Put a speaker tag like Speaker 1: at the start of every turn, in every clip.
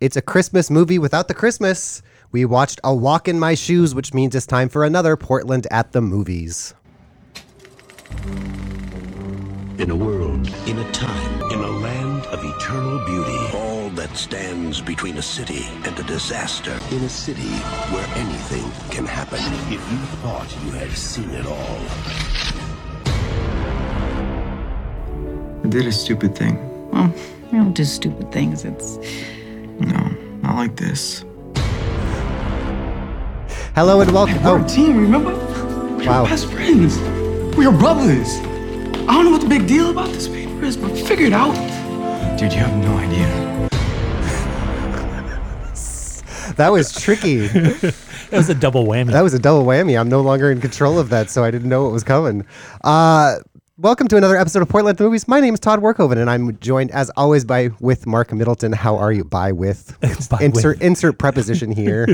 Speaker 1: It's a Christmas movie without the Christmas. We watched A Walk in My Shoes, which means it's time for another Portland at the Movies.
Speaker 2: In a world, in a time, in a land of eternal beauty, all that stands between a city and a disaster. In a city where anything can happen. If you thought you had seen it all,
Speaker 3: I did a stupid thing.
Speaker 4: Well, I don't do stupid things. It's
Speaker 3: No, not like this.
Speaker 1: Hello and welcome.
Speaker 3: We're a
Speaker 1: Oh,
Speaker 3: team, remember? We
Speaker 1: Wow.
Speaker 3: are best friends. We are brothers. I don't know what the big deal about this paper is, but figure it out. Dude, you have no idea.
Speaker 1: that was tricky. that
Speaker 5: That was a double whammy.
Speaker 1: was a double whammy. I'm no longer in control of that, so I didn't know what was coming. Uh, welcome to another episode of Portland at the Movies. My name is Todd Workhoven, and I'm joined, as always, by with Mark Middleton. How are you? By with.
Speaker 5: By
Speaker 1: insert insert preposition here.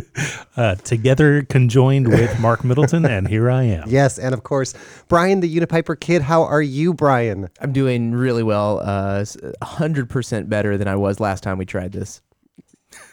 Speaker 5: uh, together conjoined with Mark Middleton, and here I am.
Speaker 1: yes, and of course, Brian the Unipiper Kid. How are you, Brian?
Speaker 6: I'm doing really well. Uh, s- 100% better than I was last time we tried this.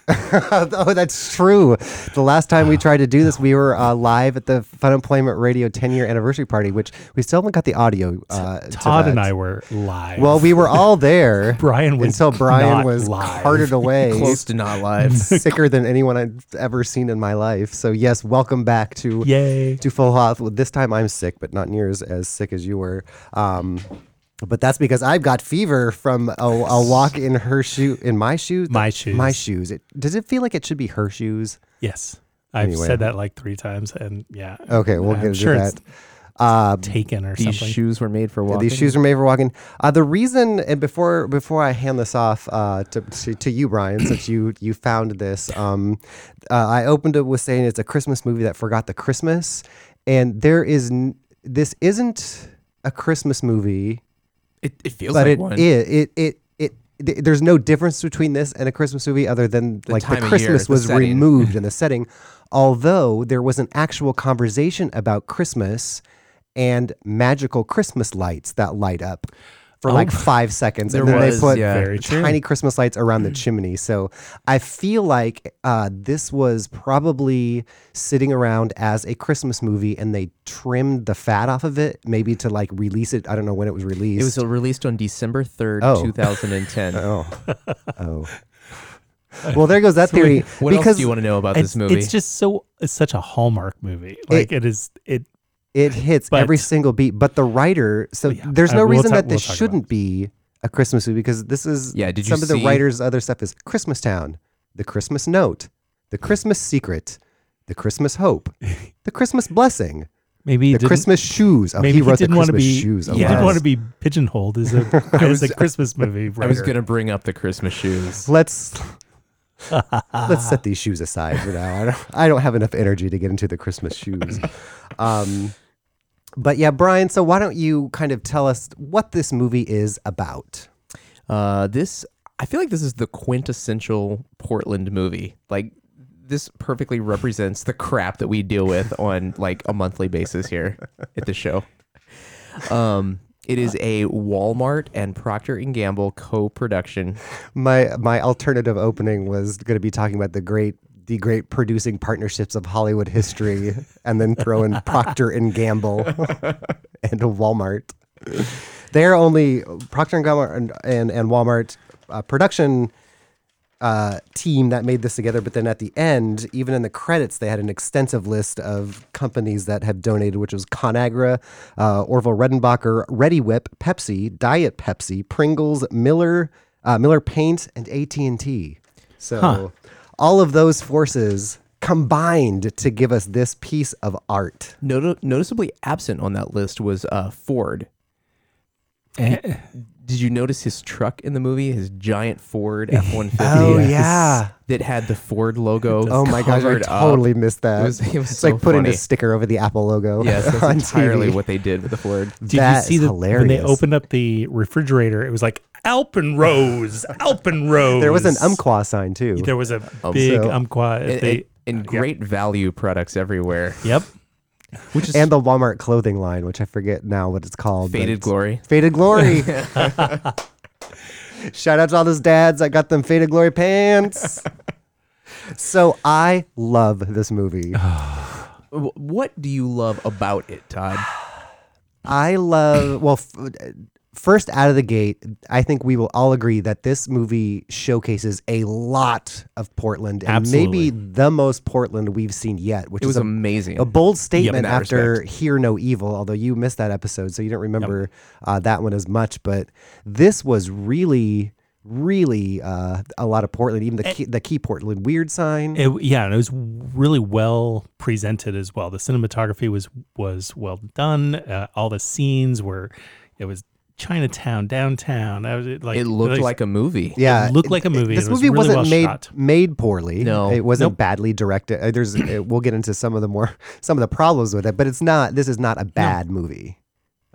Speaker 1: oh, that's true. The last time we tried to do this, we were uh, live at the Fun Employment Radio 10 year anniversary party, which we still haven't got the audio. Uh, to
Speaker 5: Todd
Speaker 1: that.
Speaker 5: and I were live.
Speaker 1: Well, we were all there.
Speaker 5: Brian was
Speaker 1: until Brian
Speaker 5: not
Speaker 1: was
Speaker 5: live.
Speaker 1: carted away,
Speaker 6: Close to not live.
Speaker 1: sicker than anyone I've ever seen in my life. So yes, welcome back to
Speaker 5: Yay.
Speaker 1: to full health. Well, This time I'm sick, but not near as, as sick as you were. Um, but that's because I've got fever from a, a walk in her shoe, in my shoes,
Speaker 5: My shoes.
Speaker 1: my shoes. It, does it feel like it should be her shoes?
Speaker 5: Yes. I've
Speaker 1: Anyway.
Speaker 5: said that like three times, and yeah.
Speaker 1: Okay, we'll
Speaker 5: I'm
Speaker 1: get into
Speaker 5: sure
Speaker 1: that.
Speaker 5: it's taken or
Speaker 6: These
Speaker 5: something.
Speaker 6: shoes were made for
Speaker 1: Yeah,
Speaker 6: walking.
Speaker 1: these shoes are made for walking. Uh, the reason, and before before I hand this off uh, to, to to you, Brian, since you you found this, um, uh, I opened it with saying it's a Christmas movie that forgot the Christmas, and there is n- this isn't a Christmas movie,
Speaker 6: It, it feels
Speaker 1: but
Speaker 6: like
Speaker 1: it
Speaker 6: one.
Speaker 1: it it it. it th- there's no difference between this and a Christmas movie other than like the
Speaker 6: time of year,
Speaker 1: Christmas
Speaker 6: the
Speaker 1: was
Speaker 6: setting.
Speaker 1: removed in the setting, although there was an actual conversation about Christmas and magical Christmas lights that light up for like five seconds, and
Speaker 6: Oh, There
Speaker 1: then they
Speaker 6: was,
Speaker 1: put
Speaker 6: yeah. Mm.
Speaker 5: Very true.
Speaker 1: tiny Christmas lights around the chimney. So I feel like uh, this was probably sitting around as a Christmas movie, and they trimmed the fat off of it, maybe to like release it. I don't know when it was released.
Speaker 6: It was released on December 3rd,
Speaker 1: Oh.
Speaker 6: 2010.
Speaker 1: Oh. Oh. Well, there goes that theory.
Speaker 6: What
Speaker 1: because
Speaker 6: else do you want to know about
Speaker 5: It's,
Speaker 6: this movie?
Speaker 5: it's just so it's such a hallmark movie. Like it is it
Speaker 1: it hits
Speaker 5: But-
Speaker 1: every single beat, but the writer. So
Speaker 5: Yeah,
Speaker 1: there's
Speaker 5: uh,
Speaker 1: no
Speaker 5: we'll
Speaker 1: reason
Speaker 5: talk-
Speaker 1: that this
Speaker 5: we'll talk about
Speaker 1: shouldn't be a Christmas movie because this is
Speaker 6: Yeah, did you
Speaker 1: some of the
Speaker 6: see-
Speaker 1: writer's other stuff is Christmas Town, The Christmas Note, The Christmas Secret, The Christmas Hope, The Christmas Blessing,
Speaker 5: maybe he
Speaker 1: The
Speaker 5: didn't-
Speaker 1: Christmas Shoes. Oh,
Speaker 5: maybe
Speaker 1: he wrote
Speaker 5: didn't
Speaker 1: the
Speaker 5: want to
Speaker 1: Christmas
Speaker 5: be
Speaker 1: Shoes. Oh,
Speaker 5: he didn't want to be pigeonholed as a as a Christmas movie.
Speaker 6: I was
Speaker 5: writer.
Speaker 6: going to bring up the Christmas shoes.
Speaker 1: Let's let's set these shoes aside for now. I don't, I don't have enough energy to get into the Christmas shoes. Um, but yeah, Brian. So why don't you kind of tell us what this movie is about?
Speaker 6: Uh, this I feel like this is the quintessential Portland movie. Like this perfectly represents the crap that we deal with on like a monthly basis here at the show. Um, it is a Walmart and Procter and Gamble co-production.
Speaker 1: My my alternative opening was going to be talking about the great the great producing partnerships of Hollywood history, and then throw in Procter and Gamble and Walmart. They're only Procter and Gamble and and, and Walmart uh, production uh, team that made this together. But then at the end, even in the credits, they had an extensive list of companies that have donated, which was Conagra, uh, Orville Redenbacher, Ready Whip, Pepsi, Diet Pepsi, Pringles, Miller, uh, Miller Paint, and AT and T. So all of those forces combined to give us this piece of art.
Speaker 6: Noti- noticeably absent on that list was uh, Ford.
Speaker 5: Eh.
Speaker 6: Did you notice his truck in the movie? His giant Ford F one fifty.
Speaker 1: Oh, yeah.
Speaker 6: that had the Ford logo.
Speaker 1: Oh my gosh, I
Speaker 6: covered up.
Speaker 1: totally missed that.
Speaker 6: It was- it was
Speaker 1: it's
Speaker 6: so
Speaker 1: like putting a
Speaker 6: funny.
Speaker 1: sticker over the Apple logo.
Speaker 6: Yes, that's
Speaker 1: on
Speaker 6: entirely
Speaker 1: TV.
Speaker 6: what they did with the Ford.
Speaker 5: Did
Speaker 1: That
Speaker 5: you
Speaker 1: is
Speaker 5: see the when they
Speaker 1: hilarious.
Speaker 5: opened up the refrigerator? It was like Alpenrose, Alpenrose.
Speaker 1: There was an umqua sign too.
Speaker 5: There was a big
Speaker 1: So-
Speaker 7: um,
Speaker 5: umqua.
Speaker 6: And,
Speaker 5: they,
Speaker 6: and- and great value products everywhere.
Speaker 5: yep.
Speaker 6: Which is
Speaker 1: and the Walmart clothing line, which I forget now what it's called. but
Speaker 6: faded
Speaker 1: it's-
Speaker 6: glory.
Speaker 1: Faded Glory. Shout out to all those dads. I got them Faded Glory pants. So I love this movie.
Speaker 6: Uh-huh. Wh- What do you love about it, Todd?
Speaker 1: I love. Well, f- first out of the gate, I think we will all agree that this movie showcases a lot of Portland, and
Speaker 7: Absolutely.
Speaker 1: maybe the most Portland we've seen yet, which
Speaker 6: It was
Speaker 1: is a,
Speaker 6: amazing.
Speaker 1: a bold statement
Speaker 6: that
Speaker 1: after "Hear No Evil." Although you missed that episode, so you don't remember uh, that one as much. But this was really. Really, uh, a lot of Portland, even the key, the key Portland weird sign.
Speaker 7: It, yeah, and it was really well presented as well. The cinematography was was well done. Uh, all the scenes were. It was Chinatown downtown. I was it, like
Speaker 6: it looked like a movie.
Speaker 1: yeah,
Speaker 7: looked like a movie.
Speaker 1: This
Speaker 7: It was
Speaker 1: movie
Speaker 7: really
Speaker 1: wasn't
Speaker 7: well
Speaker 1: made
Speaker 7: shot.
Speaker 1: made poorly.
Speaker 6: No.
Speaker 1: it wasn't badly directed. Uh, There's uh, we'll get into some of the more some of the problems with it, but it's not. This is not a bad movie.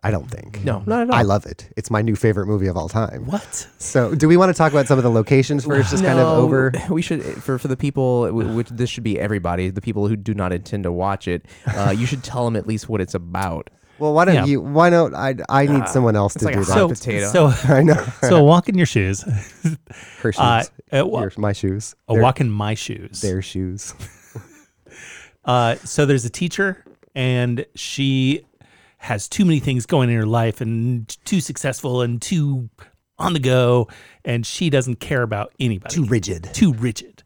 Speaker 1: I don't think.
Speaker 6: No, not at all.
Speaker 1: I love it. It's my new favorite movie of all time.
Speaker 7: what?
Speaker 1: So, do we want to talk about some of the locations first? Just kind
Speaker 6: No,
Speaker 1: of over.
Speaker 6: We should for for the people, w- which this should be everybody. The people who do not intend to watch it, uh, you should tell them at least what it's about.
Speaker 1: Well, why don't
Speaker 7: Yeah. Ah,
Speaker 1: you? Why don't I? I need someone else to
Speaker 6: like
Speaker 1: do
Speaker 6: a
Speaker 1: that.
Speaker 6: hot
Speaker 7: So
Speaker 6: potato.
Speaker 7: so
Speaker 1: I know
Speaker 7: so walk in your shoes.
Speaker 1: her shoes.
Speaker 7: Uh, uh, wa-
Speaker 1: Your- my shoes.
Speaker 7: a
Speaker 1: Their-
Speaker 7: walk in my shoes.
Speaker 1: Their shoes.
Speaker 7: Uh, so there's a teacher, and she has too many things going in her life, and too successful, and too on the go, and she doesn't care about anybody.
Speaker 1: Too rigid.
Speaker 7: Too rigid.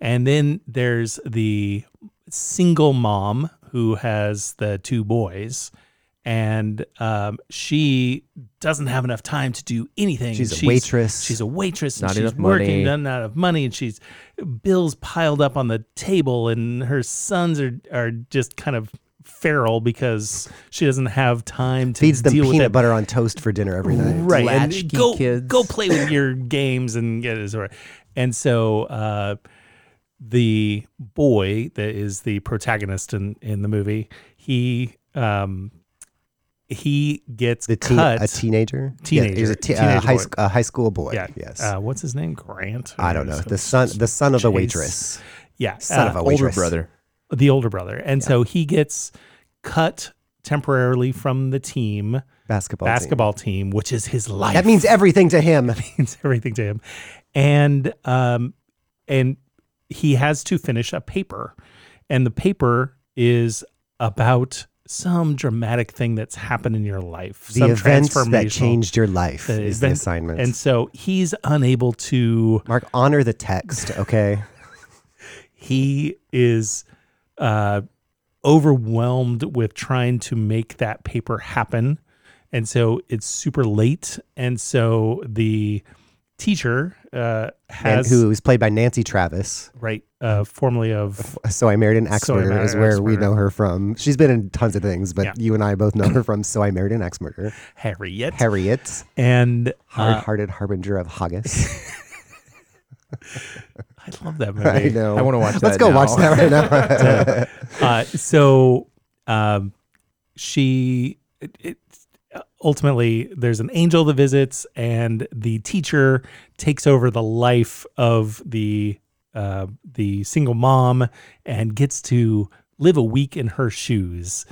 Speaker 7: And then there's the single mom who has the two boys, and um, she doesn't have enough time to do anything.
Speaker 1: She's a waitress.
Speaker 7: She's a waitress.
Speaker 6: Not
Speaker 7: and
Speaker 6: enough
Speaker 7: she's working,
Speaker 6: money.
Speaker 7: not enough money, and she's bills piled up on the table, and her sons are are just kind of feral because she doesn't have time to
Speaker 1: Feeds them
Speaker 7: deal with
Speaker 1: peanut
Speaker 7: that
Speaker 1: butter on toast for dinner every night.
Speaker 7: right and
Speaker 6: Latchkey
Speaker 7: go
Speaker 6: kids.
Speaker 7: go play with your games and get it sorted. and so uh the boy that is the protagonist in in the movie he um he gets
Speaker 1: The teen,
Speaker 7: cut
Speaker 1: a teenager. Yeah, he's
Speaker 7: Teenager.
Speaker 1: a te- uh,
Speaker 7: Teenage
Speaker 1: high,
Speaker 7: boy.
Speaker 1: sc- a high school boy.
Speaker 7: yeah
Speaker 1: Yes.
Speaker 7: uh, what's his name grant
Speaker 1: I don't know. The son the son of the
Speaker 7: Jeez. Uh,
Speaker 1: waitress.
Speaker 7: yeah Uh,
Speaker 1: Son of a
Speaker 6: Older
Speaker 1: waitress.
Speaker 6: brother.
Speaker 7: the older brother and so he gets cut temporarily from the team
Speaker 1: Basketball. team.
Speaker 7: basketball team, which is his life
Speaker 1: That means everything to him.
Speaker 7: means everything to him. And um and he has to finish a paper. And the paper is about some dramatic thing that's happened in your life.
Speaker 1: The
Speaker 7: some
Speaker 1: events that
Speaker 7: transformational-
Speaker 1: changed your life
Speaker 7: the
Speaker 1: is the
Speaker 7: event.
Speaker 1: assignment.
Speaker 7: And so he's unable to
Speaker 1: Mark, honor the text, okay?
Speaker 7: he is uh, overwhelmed with trying to make that paper happen. And so it's super late. And so the teacher uh,
Speaker 1: and
Speaker 7: has,
Speaker 1: who is played by Nancy Travis.
Speaker 7: right, uh, formerly of,
Speaker 1: So I Married an Axe
Speaker 7: So I
Speaker 1: Murderer
Speaker 7: Married
Speaker 1: is
Speaker 7: an
Speaker 1: where
Speaker 7: Axe
Speaker 1: we
Speaker 7: Murderer.
Speaker 1: know her from. She's been in tons of things, but
Speaker 7: Yeah.
Speaker 1: you and I both know her from So I Married an Axe Murderer.
Speaker 7: Harriet.
Speaker 1: Harriet,
Speaker 7: and
Speaker 1: hard
Speaker 7: uh,
Speaker 1: hearted harbinger of haggis.
Speaker 7: I love that
Speaker 1: I
Speaker 7: movie.
Speaker 1: know.
Speaker 6: I wanna watch
Speaker 1: Let's
Speaker 6: that
Speaker 1: go
Speaker 6: now.
Speaker 1: watch that right now.
Speaker 7: uh, so um, she it, it, ultimately there's an angel that visits, and the teacher takes over the life of the uh, the single mom and gets to live a week in her shoes.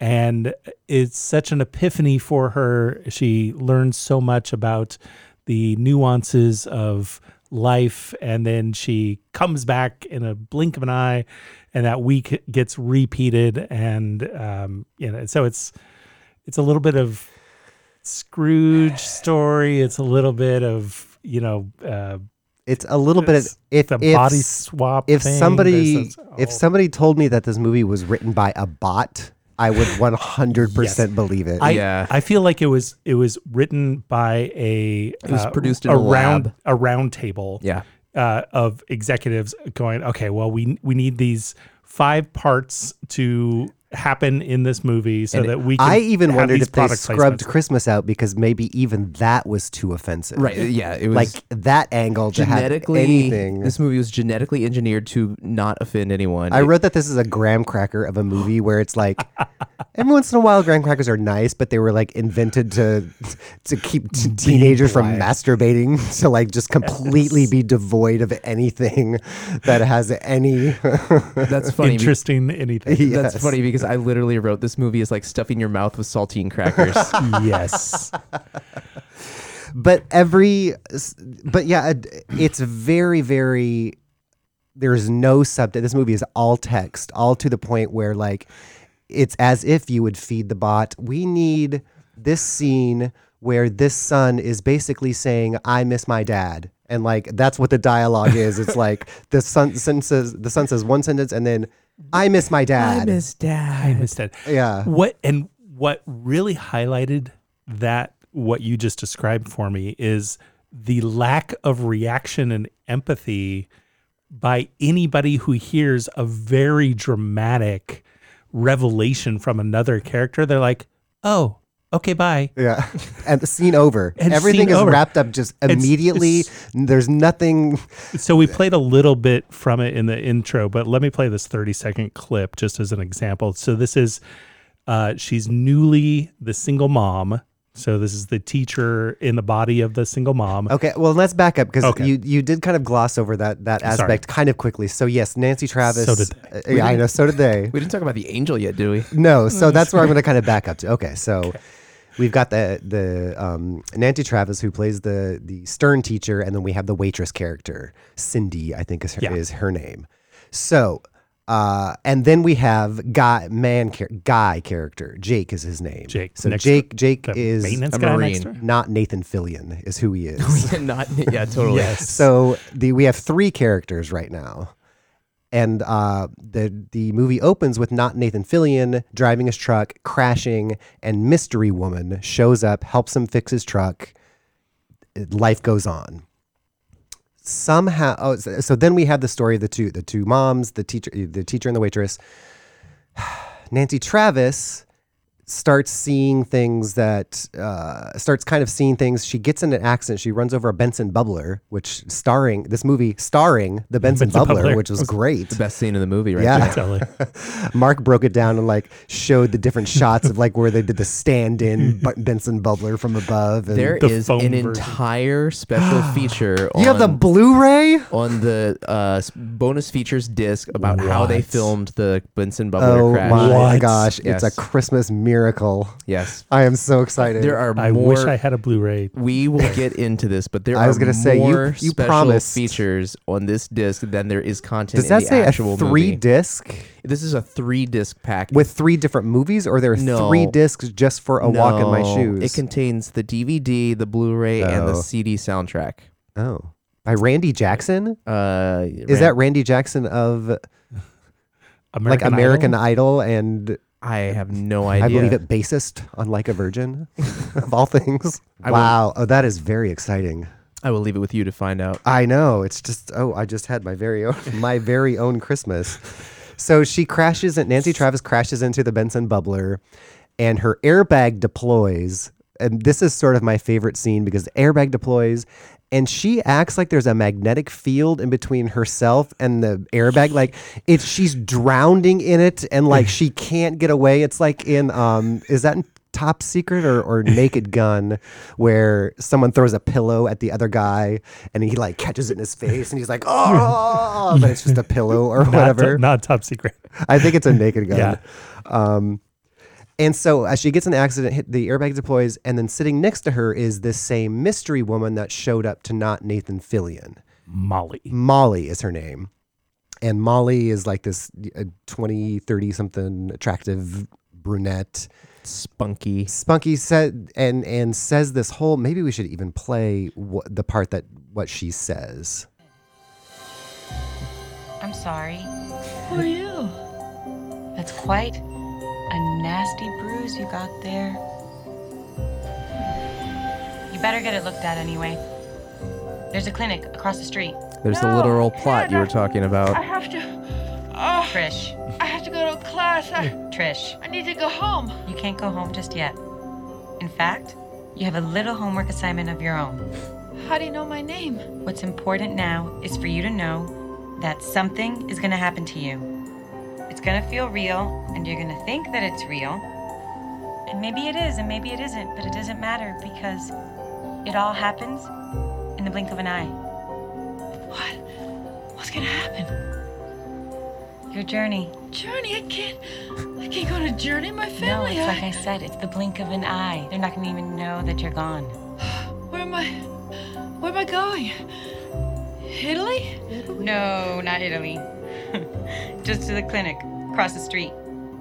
Speaker 7: And it's such an epiphany for her. She learns so much about the nuances of life. And then she comes back in a blink of an eye, and that week gets repeated. And, um, you know, so it's, it's a little bit of Scrooge story. It's a little bit of, you know, uh,
Speaker 1: it's a little bit of
Speaker 7: It's
Speaker 1: if
Speaker 7: the
Speaker 1: ifs,
Speaker 7: body swap
Speaker 1: if
Speaker 7: thing,
Speaker 1: somebody
Speaker 7: there's this-
Speaker 1: if
Speaker 7: oh.
Speaker 1: somebody told me that this movie was written by a bot i would 100% believe it
Speaker 7: I,
Speaker 6: Yeah.
Speaker 7: I feel like it was it was written by a it
Speaker 6: was produced in
Speaker 7: a
Speaker 6: a
Speaker 7: round
Speaker 6: lab.
Speaker 7: a round table
Speaker 6: Yeah.
Speaker 7: uh, of executives going okay well we we need these five parts to happen in this movie so that we can
Speaker 1: I even
Speaker 7: have
Speaker 1: wondered
Speaker 7: these
Speaker 1: if they
Speaker 7: product
Speaker 1: scrubbed
Speaker 7: placements.
Speaker 1: christmas out because maybe even that was too offensive
Speaker 6: Right. Uh, Yeah. It was
Speaker 1: like that angle to have
Speaker 6: genetically.
Speaker 1: anything
Speaker 6: This movie was genetically engineered to not offend anyone.
Speaker 1: I wrote that this is a graham cracker of a movie where it's like every once in a while graham crackers are nice, but they were like invented to to keep t- teenagers from masturbating to like just completely be devoid of anything that has any
Speaker 6: That's funny. be-
Speaker 7: interesting anything
Speaker 6: That's funny because I literally wrote this movie is like stuffing your mouth with saltine crackers.
Speaker 7: yes
Speaker 1: but every but yeah it- it's very very there's no subtext. This movie is all text, all to the point where like it's as if you would feed the bot. We need this scene where this son is basically saying, "I miss my dad." And like that's what the dialogue is. It's like the son, son says the son says one sentence and then I miss my dad.
Speaker 6: dad.
Speaker 7: instead.
Speaker 1: Yeah.
Speaker 7: What and what really highlighted that what you just described for me is the lack of reaction and empathy by anybody who hears a very dramatic revelation from another character. They're like, "Oh, okay, bye."
Speaker 1: Yeah. And the scene over.
Speaker 7: And
Speaker 1: Everything
Speaker 7: scene
Speaker 1: is
Speaker 7: over.
Speaker 1: wrapped up just
Speaker 7: It's-
Speaker 1: immediately. There's nothing.
Speaker 7: So we played a little bit from it in the intro, but let me play this 30 second clip just as an example. So this is uh she's newly the single mom. So this is the teacher in the body of the single mom.
Speaker 1: Okay. Well, let's back up because
Speaker 7: Okay.
Speaker 1: you, you did kind of gloss over that, that aspect kind of quickly. So, yes, Nancy Travis.
Speaker 7: So did
Speaker 1: uh, yeah, I know. So did they.
Speaker 6: We didn't talk about the angel yet, do we?
Speaker 1: No, so
Speaker 7: Mm.
Speaker 1: that's where I'm going to kind of back up to. Okay, so we've got the the um, Nancy Travis who plays the the stern teacher, and then we have the waitress character Cindy, I think is her,
Speaker 7: Yeah.
Speaker 1: is her name. So, uh, and then we have guy man char- guy character Jake is his name.
Speaker 7: Jake,
Speaker 1: So
Speaker 7: next-
Speaker 1: Jake Jake
Speaker 7: The
Speaker 1: is
Speaker 7: maintenance
Speaker 6: a
Speaker 7: guy
Speaker 6: Marine.
Speaker 7: next to her?
Speaker 1: not Nathan Fillion is who he is.
Speaker 6: Not. Yeah, totally.
Speaker 1: So the we have three characters right now, and uh, the the movie opens with not Nathan Fillion driving his truck, crashing, and mystery woman shows up, helps him fix his truck. It- Life goes on. Somehow, oh, so so then we have the story of the two the two moms, the teacher, the teacher and the waitress. Nancy Travis starts seeing things that uh, starts kind of seeing things. She gets in an accident. She runs over a Benson bubbler, which starring this movie starring the Benson,
Speaker 7: Benson
Speaker 1: bubbler,
Speaker 7: Bubbler.
Speaker 1: which was great.
Speaker 6: Best scene in the movie, right?
Speaker 1: Yeah,
Speaker 7: Totally.
Speaker 1: Mark broke it down and like showed the different shots of like where they did the stand-in bu- Benson bubbler from above. And
Speaker 6: There
Speaker 7: The
Speaker 6: is
Speaker 7: foam
Speaker 6: an
Speaker 7: version.
Speaker 6: entire special feature.
Speaker 1: you have the
Speaker 6: on-
Speaker 1: Blu-ray.
Speaker 6: on the uh, s- bonus features disc about how they
Speaker 7: What?
Speaker 6: filmed the Benson bubbler
Speaker 1: Oh
Speaker 6: crash.
Speaker 1: my
Speaker 7: What?
Speaker 1: gosh, it's
Speaker 6: Yes.
Speaker 1: a Christmas miracle.
Speaker 6: Yes,
Speaker 1: I am so excited.
Speaker 6: there are
Speaker 7: I
Speaker 6: more.
Speaker 7: wish I had a Blu-ray.
Speaker 6: we will get into this, but there
Speaker 1: I was
Speaker 6: are
Speaker 1: gonna say, you-
Speaker 6: more
Speaker 1: you
Speaker 6: special
Speaker 1: promised.
Speaker 6: features on this disc than there is content.
Speaker 1: Does that
Speaker 6: in the
Speaker 1: say a
Speaker 6: actual movie.
Speaker 1: three-disc?
Speaker 6: This is a three disc pack
Speaker 1: with three different movies, or there are
Speaker 6: No.
Speaker 1: three discs just for a walk in my
Speaker 6: No,
Speaker 1: shoes.
Speaker 6: It contains the DVD, the Blu-ray, and the
Speaker 1: Oh.
Speaker 6: CD soundtrack.
Speaker 1: oh, by Randy Jackson.
Speaker 6: Uh,
Speaker 1: Is that Randy Jackson of like
Speaker 7: American
Speaker 1: American
Speaker 7: Idol?
Speaker 1: Idol, and
Speaker 6: I have no
Speaker 1: I
Speaker 6: idea.
Speaker 1: believe it bassist on Like a Virgin of all things?
Speaker 6: I will-
Speaker 1: wow, oh that is very exciting.
Speaker 6: I will leave it with you to find out.
Speaker 1: I know. It's just oh, I just had my very own my very own Christmas. So she crashes and Nancy Travis crashes into the Benson bubbler and her airbag deploys. And this is sort of my favorite scene because the airbag deploys and she acts like there's a magnetic field in between herself and the airbag. Like it's she's drowning in it and like she can't get away. It's like in um is that in Top Secret or, or Naked Gun, where someone throws a pillow at the other guy and he like catches it in his face and he's like, oh, but it's just a pillow or
Speaker 7: Not,
Speaker 1: whatever.
Speaker 7: to- not top secret.
Speaker 1: I think it's a Naked Gun.
Speaker 7: Yeah.
Speaker 1: Um, and so as she gets in an accident, hit the airbag deploys, and then sitting next to her is this same mystery woman that showed up to not Nathan Fillion.
Speaker 7: Molly.
Speaker 1: Mm. Molly is her name. And Molly is like this uh, 20, 30 something attractive brunette.
Speaker 6: Spunky.
Speaker 1: Spunky said and and says this whole maybe we should even play wh- the part that what she says.
Speaker 8: I'm sorry.
Speaker 4: Who are you?
Speaker 8: That's quite a nasty bruise you got there. You better get it looked at anyway. There's a clinic across the street.
Speaker 6: There's the
Speaker 4: No,
Speaker 6: literal plot you were
Speaker 4: Sandra.
Speaker 6: talking about.
Speaker 4: I have to. Oh,
Speaker 8: Trish,
Speaker 4: I have to go to a class. I,
Speaker 8: Trish,
Speaker 4: I need to go home.
Speaker 8: you can't go home just yet. In fact, you have a little homework assignment of your own.
Speaker 4: How do you know my name?
Speaker 8: What's important now is for you to know that something is going to happen to you. It's going to feel real, and you're going to think that it's real. And maybe it is, and maybe it isn't, but it doesn't matter because it all happens in the blink of an eye.
Speaker 4: What? What's gonna happen?
Speaker 8: Your journey.
Speaker 4: Journey? I can't. I can't go to Journey. My
Speaker 8: No,
Speaker 4: family.
Speaker 8: it's like
Speaker 4: I,
Speaker 8: I said, it's the blink of an eye. They're not going to even know that you're gone.
Speaker 4: where am I? Where am I going? Italy?
Speaker 8: No, not Italy. Just to the clinic, across the street.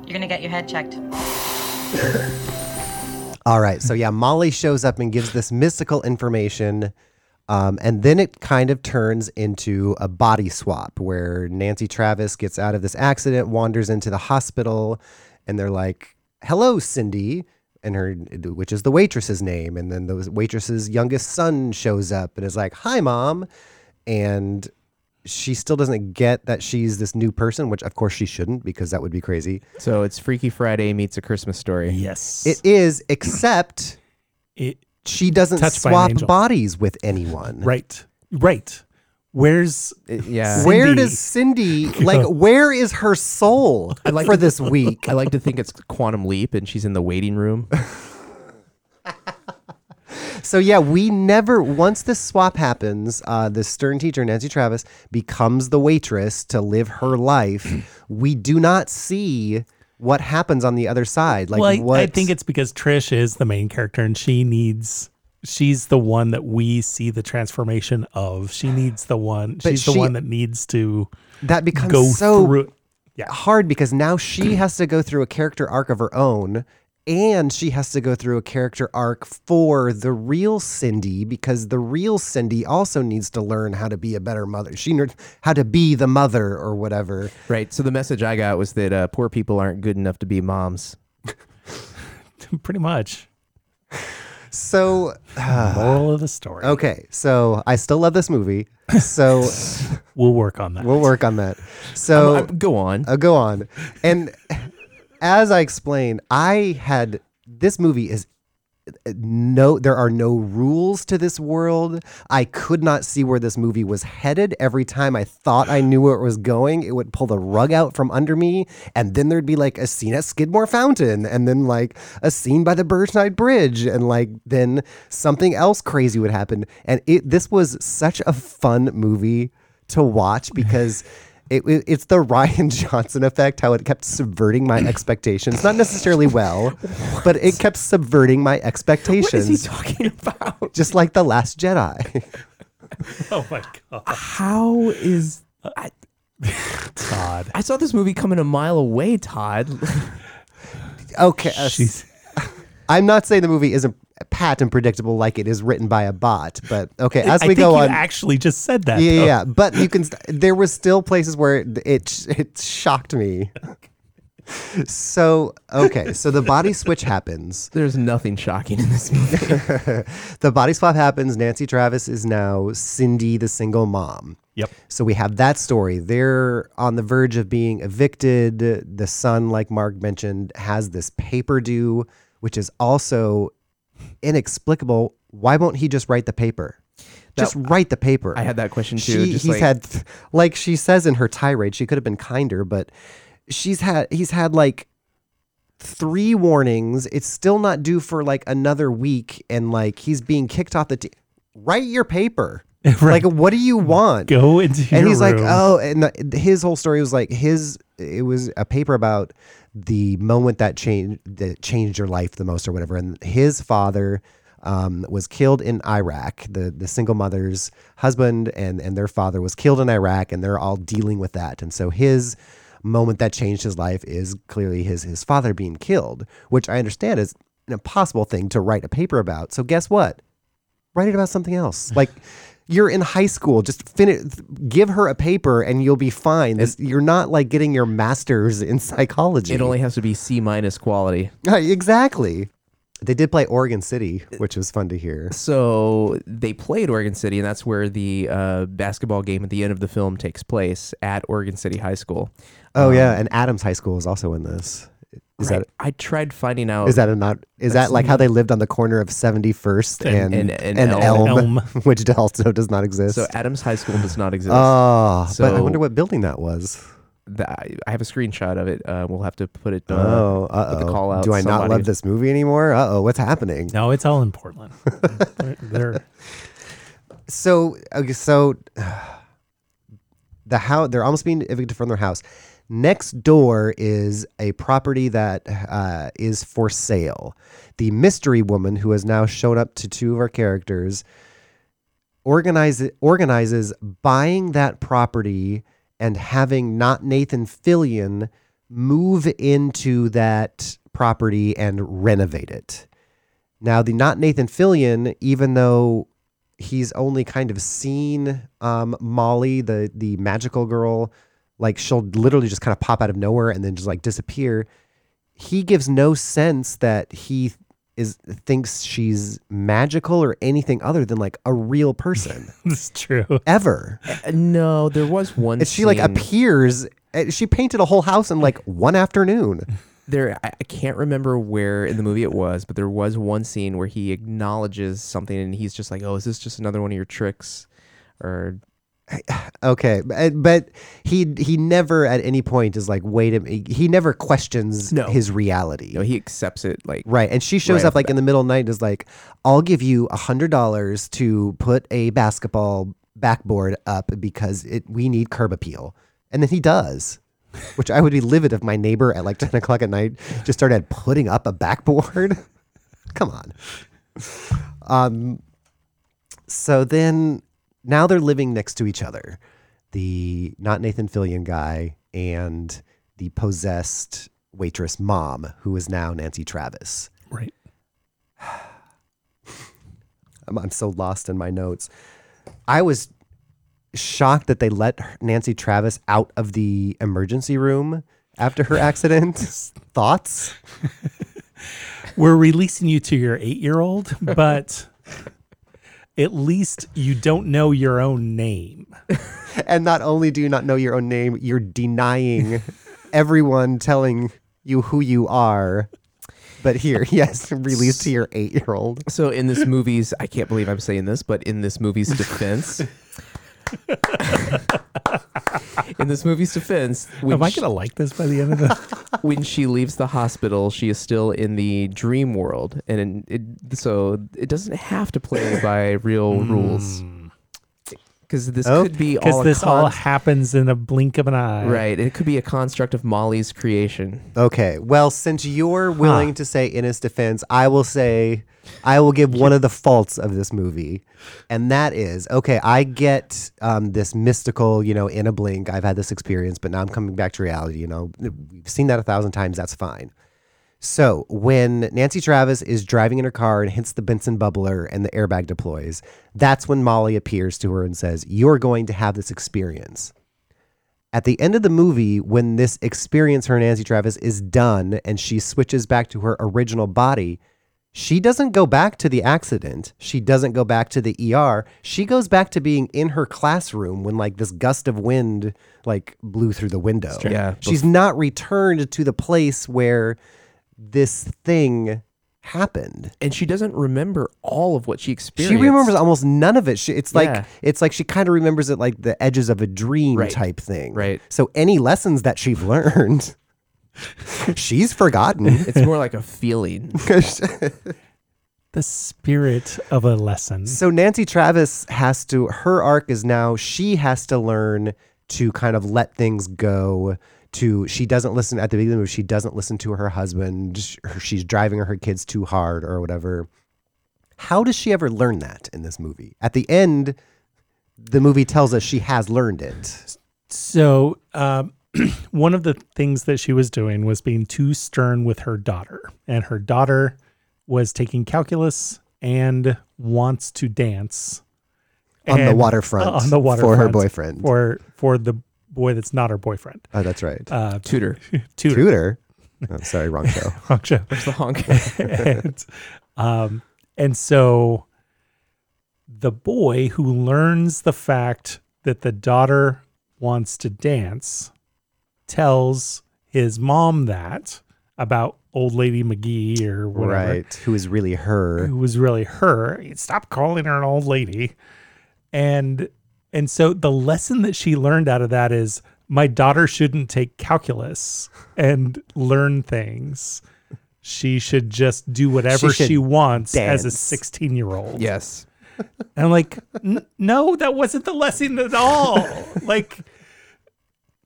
Speaker 8: You're gonna get your head checked.
Speaker 1: All right. So yeah, Molly shows up and gives this mystical information. Um, and then it kind of turns into a body swap where Nancy Travis gets out of this accident, wanders into the hospital, and they're like, "Hello, Cindy," and her, which is the waitress's name. And then the waitress's youngest son shows up and is like, "Hi, mom," and she still doesn't get that she's this new person, which of course she shouldn't because that would be crazy.
Speaker 6: So it's Freaky Friday meets a Christmas story.
Speaker 7: Yes.
Speaker 1: It is, except
Speaker 7: it
Speaker 1: she doesn't
Speaker 7: Touched by an
Speaker 1: swap
Speaker 7: angel.
Speaker 1: bodies with anyone.
Speaker 7: right. Right. Where's
Speaker 6: It- Uh, yeah.
Speaker 1: Where
Speaker 7: Cindy.
Speaker 1: does Cindy like? Where is her soul
Speaker 6: like
Speaker 1: for
Speaker 6: to-
Speaker 1: this week?
Speaker 6: I like to think it's Quantum Leap and she's in the waiting room.
Speaker 1: So yeah, we never. Once this swap happens, uh, the stern teacher Nancy Travis becomes the waitress to live her life. we do not see what happens on the other side. Like
Speaker 7: well, I,
Speaker 1: what?
Speaker 7: I think it's because Trish is the main character and she needs she's the one that we see the transformation of. She needs the one
Speaker 1: But
Speaker 7: she's
Speaker 1: she-
Speaker 7: the one that needs to
Speaker 1: that becomes
Speaker 7: go
Speaker 1: so
Speaker 7: through
Speaker 1: hard because now she has to go through a character arc of her own and she has to go through a character arc for the real Cindy because the real Cindy also needs to learn how to be a better mother. She learned how to be the mother or whatever.
Speaker 6: Right. So the message I got was that uh, poor people aren't good enough to be moms.
Speaker 7: pretty much
Speaker 1: So,
Speaker 7: moral of the story.
Speaker 1: okay. So, I still love this movie. So,
Speaker 7: We'll work on that.
Speaker 1: we'll work on that. So,
Speaker 6: Uh, go on.
Speaker 1: Uh, go on. And as I explained, I had this movie is no there are no rules to this world. I could not see where this movie was headed. Every time I thought I knew where it was going, it would pull the rug out from under me and then there'd be like a scene at Skidmore Fountain and then like a scene by the Burnside Bridge and like then something else crazy would happen. And it this was such a fun movie to watch because it, it- it's the Ryan Johnson effect, how it kept subverting my expectations. Not necessarily well, but it kept subverting my
Speaker 6: What is he
Speaker 1: expectations,
Speaker 6: talking about?
Speaker 1: just like The Last Jedi.
Speaker 7: Oh my god.
Speaker 6: How is I,
Speaker 7: Todd.
Speaker 6: I saw this movie coming a mile away, Todd.
Speaker 1: okay. uh, I'm not saying the movie isn't pat and predictable like it is written by a bot, but okay, as
Speaker 7: I
Speaker 1: we
Speaker 7: think
Speaker 1: go
Speaker 7: you
Speaker 1: on.
Speaker 7: actually just said that.
Speaker 1: yeah, yeah,
Speaker 7: though.
Speaker 1: yeah, but you can. St- there was still places where it it, it shocked me. So okay, so the body switch happens.
Speaker 6: There's nothing shocking in this movie.
Speaker 1: the body swap happens. Nancy Travis is now Cindy, the single mom.
Speaker 7: Yep.
Speaker 1: So we have that story. They're on the verge of being evicted. The son, like Mark mentioned, has this paper due, which is also inexplicable. Why won't he just write the paper? Just write the paper.
Speaker 6: I had that question too.
Speaker 1: She,
Speaker 6: just
Speaker 1: he's
Speaker 6: like,
Speaker 1: had, th- like she says in her tirade, she could have been kinder, but she's had, he's had like three warnings. It's still not due for like another week, and like he's being kicked off the team. Write your paper.
Speaker 7: Right.
Speaker 1: Like, what do you want?
Speaker 7: Go into your
Speaker 1: and he's like,
Speaker 7: room.
Speaker 1: oh, and the, his whole story was like his. It was a paper about the moment that changed that changed your life the most, or whatever. And his father um, was killed in Iraq. The the single mother's husband and and their father was killed in Iraq, and they're all dealing with that. And so his moment that changed his life is clearly his his father being killed, which I understand is an impossible thing to write a paper about. So guess what? write it about something else. Like you're in high school, just finish, give her a paper and you'll be fine. This, you're not like getting your master's in psychology.
Speaker 6: it only has to be C minus quality.
Speaker 1: Right, exactly. They did play Oregon City, which was fun to hear.
Speaker 6: So they played Oregon City, and that's where the uh, basketball game at the end of the film takes place at Oregon City High School.
Speaker 1: Oh yeah, and Adams High School is also in this. Is
Speaker 6: Um, Right.
Speaker 1: that
Speaker 6: I tried finding out.
Speaker 1: is that a not is that like how they lived on the corner of 71st and and,
Speaker 6: and- and
Speaker 1: Elm,
Speaker 6: Elm.
Speaker 1: which also does not exist.
Speaker 6: so? Adams High School does not exist.
Speaker 1: oh, but I
Speaker 6: so-
Speaker 1: wonder what building that was.
Speaker 6: the, I- I have a screenshot of it. Uh, we'll have to put it. Uh,
Speaker 1: Oh, uh
Speaker 6: put the call
Speaker 1: oh.
Speaker 6: out.
Speaker 1: Do I not
Speaker 6: Somebody-
Speaker 1: love this movie anymore? Uh oh, what's happening?
Speaker 7: no, it's all in Portland. they're, they're-
Speaker 1: so okay, so the house they're almost being evicted from their house next door is a property that uh, is for sale the mystery woman who has now shown up to two of our characters organize, organizes buying that property and having not Nathan Fillion move into that property and renovate it. Now, the not Nathan Fillion, even though he's only kind of seen um, Molly, the the magical girl, like she'll literally just kind of pop out of nowhere and then just like disappear. He gives no sense that he is thinks she's magical or anything other than like a real person
Speaker 7: It's true.
Speaker 1: ever.
Speaker 6: Uh, no, there was one.
Speaker 1: And she like
Speaker 6: scene-
Speaker 1: appears. uh, She painted a whole house in like one afternoon.
Speaker 6: there I, I can't remember where in the movie it was but there was one scene where he acknowledges something and he's just like oh is this just another one of your tricks or
Speaker 1: Okay, but, but he he never at any point is like wait a minute. He never questions
Speaker 6: No.
Speaker 1: his reality.
Speaker 6: you know he accepts it like
Speaker 1: Right. And she shows
Speaker 6: Right
Speaker 1: up like in the middle of the night and is like, I'll give you a hundred dollars to put a basketball backboard up because it we need curb appeal. And then he does. Which I would be livid if my neighbor at like ten o'clock at night just started putting up a backboard. Come on. Um so then now they're living next to each other. The not Nathan Fillion guy and the possessed waitress mom, who is now Nancy Travis.
Speaker 7: Right.
Speaker 1: I'm, I'm so lost in my notes. I was shocked that they let her- Nancy Travis out of the emergency room after her accident. Thoughts?
Speaker 7: We're releasing you to your eight year old, but at least you don't know your own name.
Speaker 1: And not only do you not know your own name, you're denying everyone telling you who you are. But here, yes, release to your eight year old.
Speaker 6: so in this movie's i can't believe i'm saying this but in this movie's defense in this movie's defense when,
Speaker 7: Am I
Speaker 6: she,
Speaker 7: going to like this by the end of the?
Speaker 6: when she leaves the hospital she is still in the dream world and it, so it doesn't have to play by real
Speaker 7: Hmm.
Speaker 6: rules because this
Speaker 1: Oh,
Speaker 6: could be all
Speaker 7: Because
Speaker 6: a
Speaker 7: this all
Speaker 6: con-
Speaker 7: happens in a blink of an eye.
Speaker 6: Right. It could be a construct of Molly's creation.
Speaker 1: Okay. Well, since you're willing to say in his defense, I will say I will give one of the faults of this movie, and that is okay. I get um, this mystical, you know, in a blink. I've had this experience, but now I'm coming back to reality. You know, we've seen that a thousand times. That's fine. So when Nancy Travis is driving in her car and hits the Benson bubbler and the airbag deploys, that's when Molly appears to her and says, "You're going to have this experience." At the end of the movie, when this experience, her and Nancy Travis, is done and she switches back to her original body, she doesn't go back to the accident. She doesn't go back to the ER. She goes back to being in her classroom when like this gust of wind like blew through the window.
Speaker 6: Yeah.
Speaker 1: She's not returned to the place where this thing happened.
Speaker 6: And she doesn't remember all of what she experienced.
Speaker 1: She remembers almost none of it. She, it's like
Speaker 6: Yeah.
Speaker 1: it's like she kind of remembers it like the edges of a dream
Speaker 6: Right.
Speaker 1: type thing.
Speaker 6: Right.
Speaker 1: So any lessons that she's learned, she's forgotten.
Speaker 6: It's more like a feeling.
Speaker 1: 'Cause-
Speaker 7: The spirit of a lesson.
Speaker 1: so Nancy Travis has to her arc is now she has to learn to kind of let things go. To she doesn't listen at the beginning of the movie, she doesn't listen to her husband. sh- her- She's driving her kids too hard or whatever. How does she ever learn that in this movie? At the end, the movie tells us she has learned it.
Speaker 7: So, um, one of the things that she was doing was being too stern with her daughter, and her daughter was taking calculus and wants to dance
Speaker 1: On the
Speaker 7: And-
Speaker 1: waterfront
Speaker 7: on the waterfront
Speaker 1: for her boyfriend.
Speaker 7: for for the boy that's not her boyfriend.
Speaker 1: Oh, that's right.
Speaker 7: Uh,
Speaker 6: Tutor.
Speaker 7: tutor.
Speaker 1: Tutor. Oh, sorry, wrong show.
Speaker 7: Wrong show.
Speaker 6: Where's the honk?
Speaker 7: and, um, and so the boy who learns the fact that the daughter wants to dance tells his mom that about old lady McGee or whatever,
Speaker 1: right. Who is really her?
Speaker 7: who was really her. Stop calling her an old lady. And and so the lesson that she learned out of that is my daughter shouldn't take calculus and learn things. She should just do whatever
Speaker 1: should
Speaker 7: she, wants as a
Speaker 1: dance.
Speaker 7: 16 year old.
Speaker 6: yes.
Speaker 7: And I'm like, "N- no, that wasn't the lesson at all. like,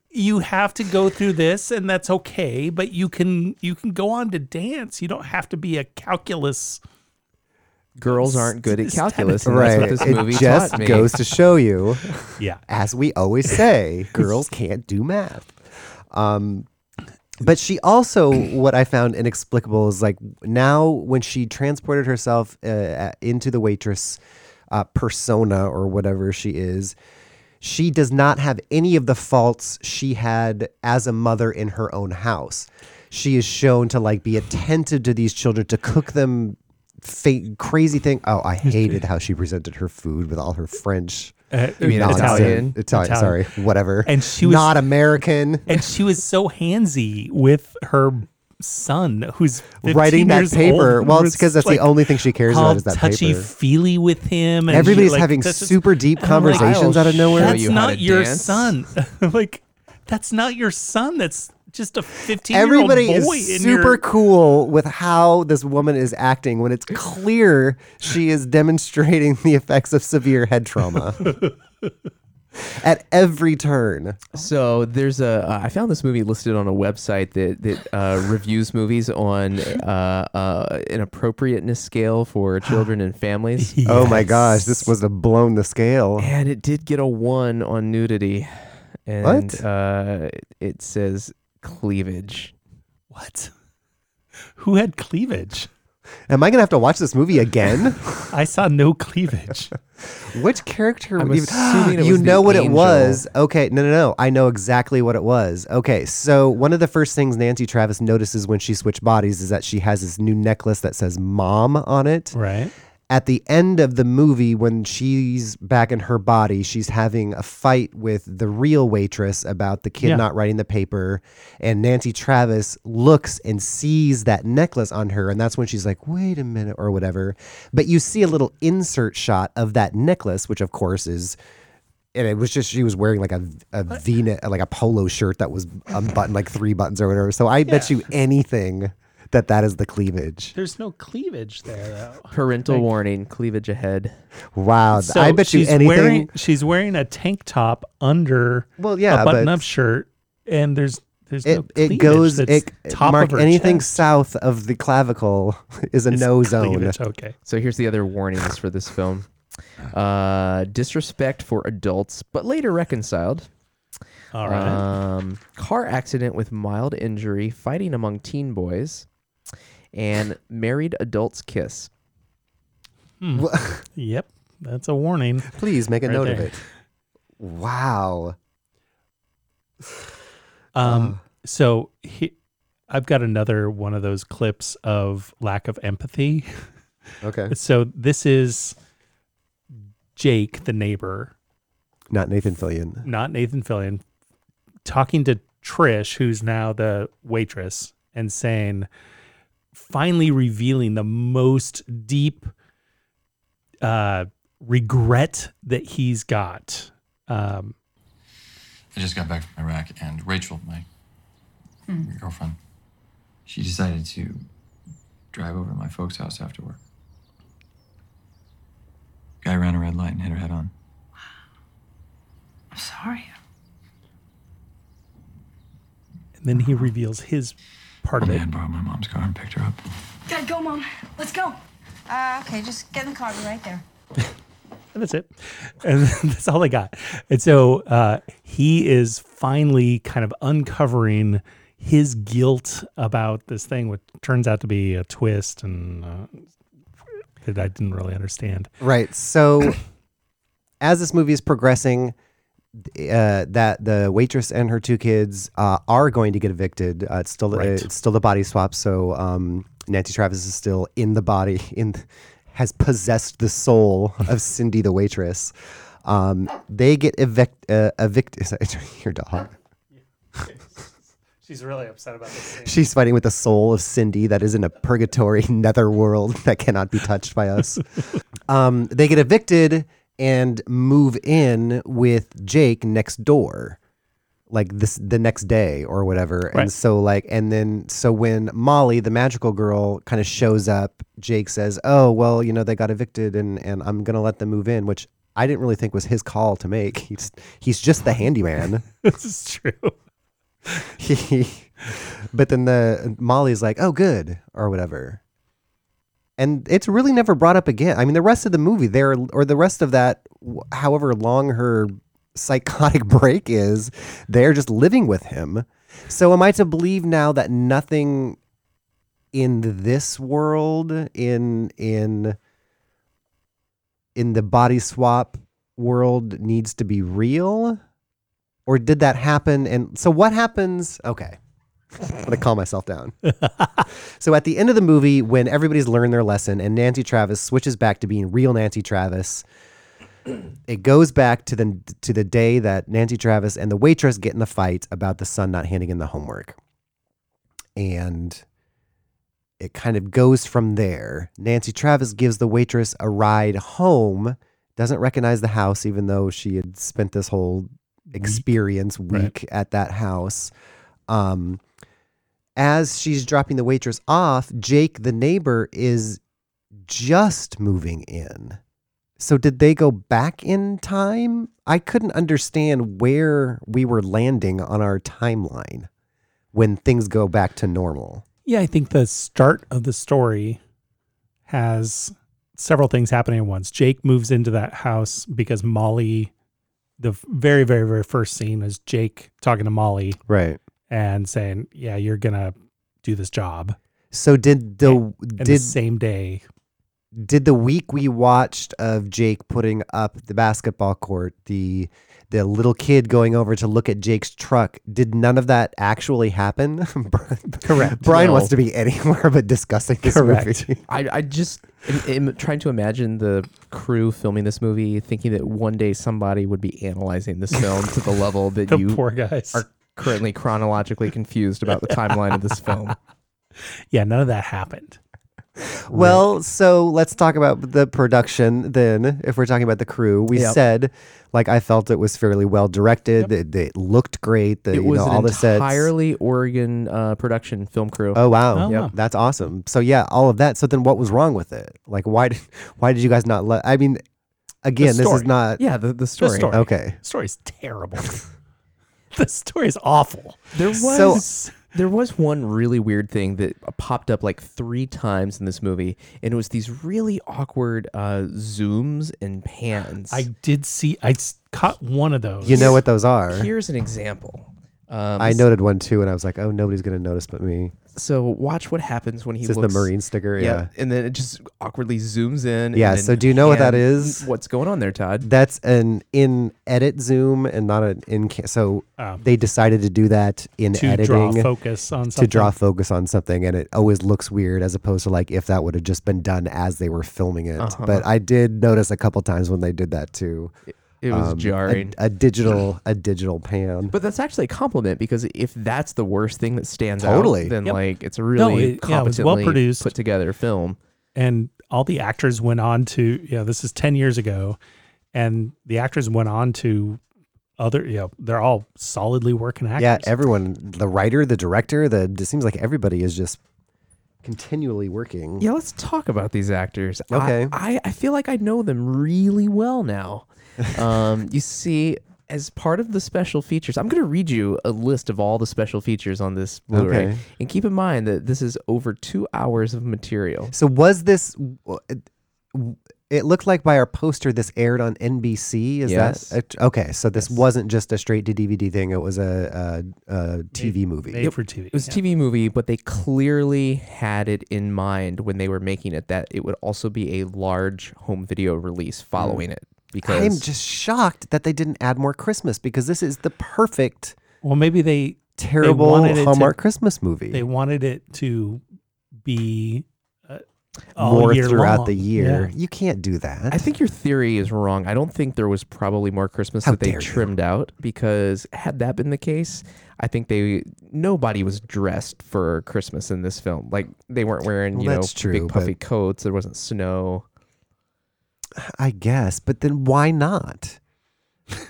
Speaker 7: you have to go through this, and that's okay. But you can you can go on to dance. You don't have to be a calculus
Speaker 6: girls aren't good at calculus. And
Speaker 1: Right.
Speaker 6: That's what this movie
Speaker 1: It just
Speaker 6: taught me.
Speaker 1: goes to show you,
Speaker 7: Yeah.
Speaker 1: as we always say, girls can't do math. Um, but she also, what I found inexplicable is like now when she transported herself uh, into the waitress uh, persona or whatever she is, she does not have any of the faults she had as a mother in her own house. She is shown to like be attentive to these children, to cook them fa- crazy thing. Oh, I hated how she presented her food with all her French.
Speaker 7: Uh,
Speaker 6: You mean
Speaker 1: nonsense.
Speaker 6: Italian?
Speaker 1: Italian,
Speaker 7: Italian.
Speaker 1: sorry, whatever.
Speaker 7: And she was-
Speaker 1: not American.
Speaker 7: and she was so handsy with her son who's 15
Speaker 1: Writing that
Speaker 7: years
Speaker 1: paper.
Speaker 7: old.
Speaker 1: Well, it's because that's
Speaker 7: like,
Speaker 1: the only thing she cares
Speaker 7: all
Speaker 1: about is that
Speaker 7: touchy
Speaker 1: paper.
Speaker 7: feely with him. And he,
Speaker 1: Everybody's
Speaker 7: like,
Speaker 1: having
Speaker 7: that's just-
Speaker 1: super deep
Speaker 7: I'm like,
Speaker 1: conversations out
Speaker 6: I'll
Speaker 1: of nowhere.
Speaker 6: show
Speaker 7: That's
Speaker 6: you how
Speaker 7: not
Speaker 6: to
Speaker 7: your
Speaker 6: dance.
Speaker 7: son. like, that's not your son. That's just a 15 year old boy.
Speaker 1: Everybody is
Speaker 7: in
Speaker 1: super
Speaker 7: your-
Speaker 1: cool with how this woman is acting when it's clear she is demonstrating the effects of severe head trauma at every turn.
Speaker 6: So there's a uh, I found this movie listed on a website that that uh, reviews movies on uh, uh, an appropriateness scale for children and families.
Speaker 1: Oh my gosh, this must have blown the scale.
Speaker 6: And it did get a one on nudity. And
Speaker 1: What?
Speaker 6: Uh, it says cleavage.
Speaker 7: What? Who had cleavage?
Speaker 1: Am I gonna have to watch this movie again?
Speaker 7: I saw no cleavage.
Speaker 1: Which character
Speaker 6: I'm
Speaker 1: would
Speaker 6: assuming
Speaker 1: even
Speaker 6: it
Speaker 1: You
Speaker 6: was the
Speaker 1: know what it
Speaker 6: angel.
Speaker 1: was. Okay, no no no. I know exactly what it was. Okay, so one of the first things Nancy Travis notices when she switched bodies is that she has this new necklace that says mom on it.
Speaker 7: right.
Speaker 1: At the end of the movie when she's back in her body, she's having a fight with the real waitress about the kid
Speaker 7: Yeah.
Speaker 1: not writing the paper and Nancy Travis looks and sees that necklace on her and that's when she's like, "Wait a minute" or whatever. But you see a little insert shot of that necklace, which of course is and it was just she was wearing like a a V neck like a polo shirt that was unbuttoned like three buttons or whatever. So I bet you anything that that is the cleavage.
Speaker 7: There's no cleavage there, though.
Speaker 6: Parental warning, cleavage ahead.
Speaker 1: Wow, th-
Speaker 7: So
Speaker 1: I bet you
Speaker 7: she's
Speaker 1: anything.
Speaker 7: Wearing, she's wearing a tank top under
Speaker 1: Well, yeah,
Speaker 7: a
Speaker 1: but-
Speaker 7: button up shirt, and there's there's
Speaker 1: it
Speaker 7: no
Speaker 1: it
Speaker 7: cleavage
Speaker 1: goes
Speaker 7: that's
Speaker 1: it
Speaker 7: top
Speaker 1: mark
Speaker 7: of her
Speaker 1: anything
Speaker 7: chest.
Speaker 1: south of the clavicle is a
Speaker 7: It's
Speaker 1: no zone.
Speaker 7: cleavage, Okay.
Speaker 6: So here's the other warnings for this film uh, disrespect for adults, but later reconciled.
Speaker 7: All right.
Speaker 6: Um, car accident with mild injury, fighting among teen boys, and married adults kiss.
Speaker 7: yep. That's a warning.
Speaker 1: Please make a
Speaker 7: Right
Speaker 1: note of
Speaker 7: there.
Speaker 1: it. Wow. Ah.
Speaker 7: Um, so he, I've got another one of those clips of lack of empathy.
Speaker 1: Okay.
Speaker 7: So this is Jake, the neighbor,
Speaker 1: Not Nathan Fillion.
Speaker 7: not Nathan Fillion, talking to Trish, who's now the waitress, and saying, finally revealing the most deep uh, regret that he's got. Um,
Speaker 9: I just got back from Iraq, and Rachel, my
Speaker 3: Hmm.
Speaker 9: girlfriend, she decided to drive over to my folks' house after work. Guy ran a red light and hit her head on.
Speaker 4: I'm sorry.
Speaker 7: and then he reveals his part of
Speaker 9: My
Speaker 7: it.
Speaker 9: dad borrowed my mom's car and picked her up.
Speaker 10: Dad, go, Mom. Let's go.
Speaker 8: Uh, okay, just get in the car. We're right there.
Speaker 7: And that's it. And that's all I got. And so uh, he is finally kind of uncovering his guilt about this thing, which turns out to be a twist and uh, that I didn't really understand.
Speaker 1: Right. So, as this movie is progressing, uh, that the waitress and her two kids uh, are going to get evicted. Uh, it's still
Speaker 7: Right.
Speaker 1: it's still the body swap. So um, Nancy Travis is still in the body in has possessed the soul of Cindy the waitress. Um, they get evict uh, evicted. Your dog.
Speaker 7: She's really upset about this.
Speaker 1: She's fighting with the soul of Cindy that is in a purgatory netherworld that cannot be touched by us. um, they get evicted and move in with Jake next door, like this the next day or whatever.
Speaker 7: Right.
Speaker 1: And so like, and then so when Molly, the magical girl, kind of shows up, Jake says, "Oh well, you know they got evicted, and and I'm gonna let them move in," which. I didn't really think was his call to make. He's he's just the handyman
Speaker 7: this is true.
Speaker 1: he, but then the Molly's like, "Oh, good," or whatever. and it's really never brought up again. I mean, the rest of the movie there, or the rest of that, wh- however long her psychotic break is, they're just living with him. So, am I to believe now that nothing in this world, in in in the body swap world, needs to be real, or did that happen? And so, what happens? Okay. I'm gonna calm myself down. so at the end of the movie, when everybody's learned their lesson and Nancy Travis switches back to being real Nancy Travis, it goes back to the to the day that Nancy Travis and the waitress get in the fight about the son not handing in the homework. And it kind of goes from there. Nancy Travis gives the waitress a ride home, doesn't recognize the house, even though she had spent this whole
Speaker 7: Mm-hmm.
Speaker 1: experience week, at that house. Um, as she's dropping the waitress off, Jake, the neighbor, is just moving in. So did they go back in time? I couldn't understand where we were landing on our timeline when things go back to normal.
Speaker 7: Yeah, I think the start of the story has several things happening at once. Jake moves into that house because Molly, the f- very, very, very first scene is Jake talking to Molly.
Speaker 1: Right.
Speaker 7: And saying, Yeah, you're going to do this job.
Speaker 1: So did the
Speaker 7: And the
Speaker 1: did
Speaker 7: same day
Speaker 1: did the week we watched of Jake putting up the basketball court, the the little kid going over to look at Jake's truck, did none of that actually happen? Correct. Brian wants to
Speaker 6: No.
Speaker 1: be anywhere but discussing this movie.
Speaker 6: I, I just am, am trying to imagine the crew filming this movie thinking that one day somebody would be analyzing this film to the level that
Speaker 7: The
Speaker 6: you
Speaker 7: poor guys.
Speaker 6: are currently chronologically confused about the timeline of this film.
Speaker 7: Yeah, none of that happened.
Speaker 1: Well, so let's talk about the production then. If we're talking about the crew, we
Speaker 6: Yep.
Speaker 1: said, like, I felt it was fairly well directed. It, it looked great. The,
Speaker 6: it
Speaker 1: you
Speaker 6: was
Speaker 1: know,
Speaker 6: an
Speaker 1: all the sets.
Speaker 6: entirely Oregon uh, production film crew.
Speaker 1: Oh wow,
Speaker 6: Oh, wow.
Speaker 1: yep. that's awesome. So yeah, all of that. So then, what was wrong with it? Like, why did why did you guys not let? I mean, again, this is
Speaker 7: story.
Speaker 1: not.
Speaker 6: Yeah, the, the story.
Speaker 1: Okay.
Speaker 7: story's terrible. the story's awful.
Speaker 6: There
Speaker 1: So-
Speaker 6: was there was one really weird thing that popped up like three times in this movie, and it was these really awkward uh, zooms and pans.
Speaker 7: I did see, I s- caught one of those.
Speaker 1: You know what those are.
Speaker 6: Here's an example. Um,
Speaker 1: I noted one too, and I was like, oh, nobody's gonna notice but me.
Speaker 6: So watch what happens when he
Speaker 1: Is this the
Speaker 6: looks-
Speaker 1: Marine sticker? Yeah.
Speaker 6: and then it just awkwardly zooms in. and
Speaker 1: Yeah,
Speaker 6: then
Speaker 1: so do you know what that
Speaker 6: pan-
Speaker 1: is?
Speaker 6: What's going on there, Todd?
Speaker 1: That's an in edit zoom and not an in. Ca- so
Speaker 7: Oh.
Speaker 1: they decided to do that in
Speaker 7: To draw
Speaker 1: editing
Speaker 7: focus on
Speaker 1: to draw
Speaker 7: something.
Speaker 1: focus on something, and it always looks weird as opposed to like if that would have just been done as they were filming it.
Speaker 6: Uh-huh.
Speaker 1: But I did notice a couple times when they did that too.
Speaker 6: It was
Speaker 1: um, a-
Speaker 6: jarring.
Speaker 1: A, digital a digital pan.
Speaker 6: But that's actually a compliment because if that's the worst thing that stands
Speaker 1: Totally.
Speaker 6: out, then
Speaker 7: Yep.
Speaker 6: like it's a really
Speaker 7: it- yeah, it was
Speaker 6: competently
Speaker 7: well-produced.
Speaker 6: put together film.
Speaker 7: and all the actors went on to you know this is 10 years ago and the actors went on to other you know they're all solidly working actors
Speaker 1: yeah, everyone, the writer, the director, the it seems like everybody is just continually working.
Speaker 6: Yeah, let's talk about these actors. I-
Speaker 1: Okay.
Speaker 6: I, I feel like I know them really well now. Um, you see, as part of the special features, I'm going to read you a list of all the special features on this Blu-ray.
Speaker 1: Okay.
Speaker 6: And keep in mind that this is over two hours of material.
Speaker 1: So was this it looked like by our poster this aired on NBC. Is
Speaker 6: Yes.
Speaker 1: that okay? So this wasn't just a straight to DVD thing. It was a, a, a TV movie.
Speaker 7: made for tv
Speaker 6: It was a TV movie, but they clearly had it in mind when they were making it that it would also be a large home video release following it. Because
Speaker 1: Hmm. I'm just shocked that they didn't add more Christmas because this is the perfect
Speaker 7: well maybe they
Speaker 1: terrible
Speaker 7: wanted it to-
Speaker 1: Hallmark Christmas movie.
Speaker 7: they wanted it to be uh, all
Speaker 1: more
Speaker 7: year
Speaker 1: throughout
Speaker 7: long.
Speaker 1: the year.
Speaker 7: Yeah.
Speaker 1: You can't do that.
Speaker 6: I think your theory is wrong. I don't think there was probably more Christmas
Speaker 1: How
Speaker 6: that they
Speaker 1: dare you.
Speaker 6: trimmed out because had that been the case, I think they nobody was dressed for Christmas in this film. Like they weren't wearing,
Speaker 1: Well,
Speaker 6: you know,
Speaker 1: that's true,
Speaker 6: big
Speaker 1: but-
Speaker 6: puffy coats. There wasn't snow.
Speaker 1: I guess, but then why not?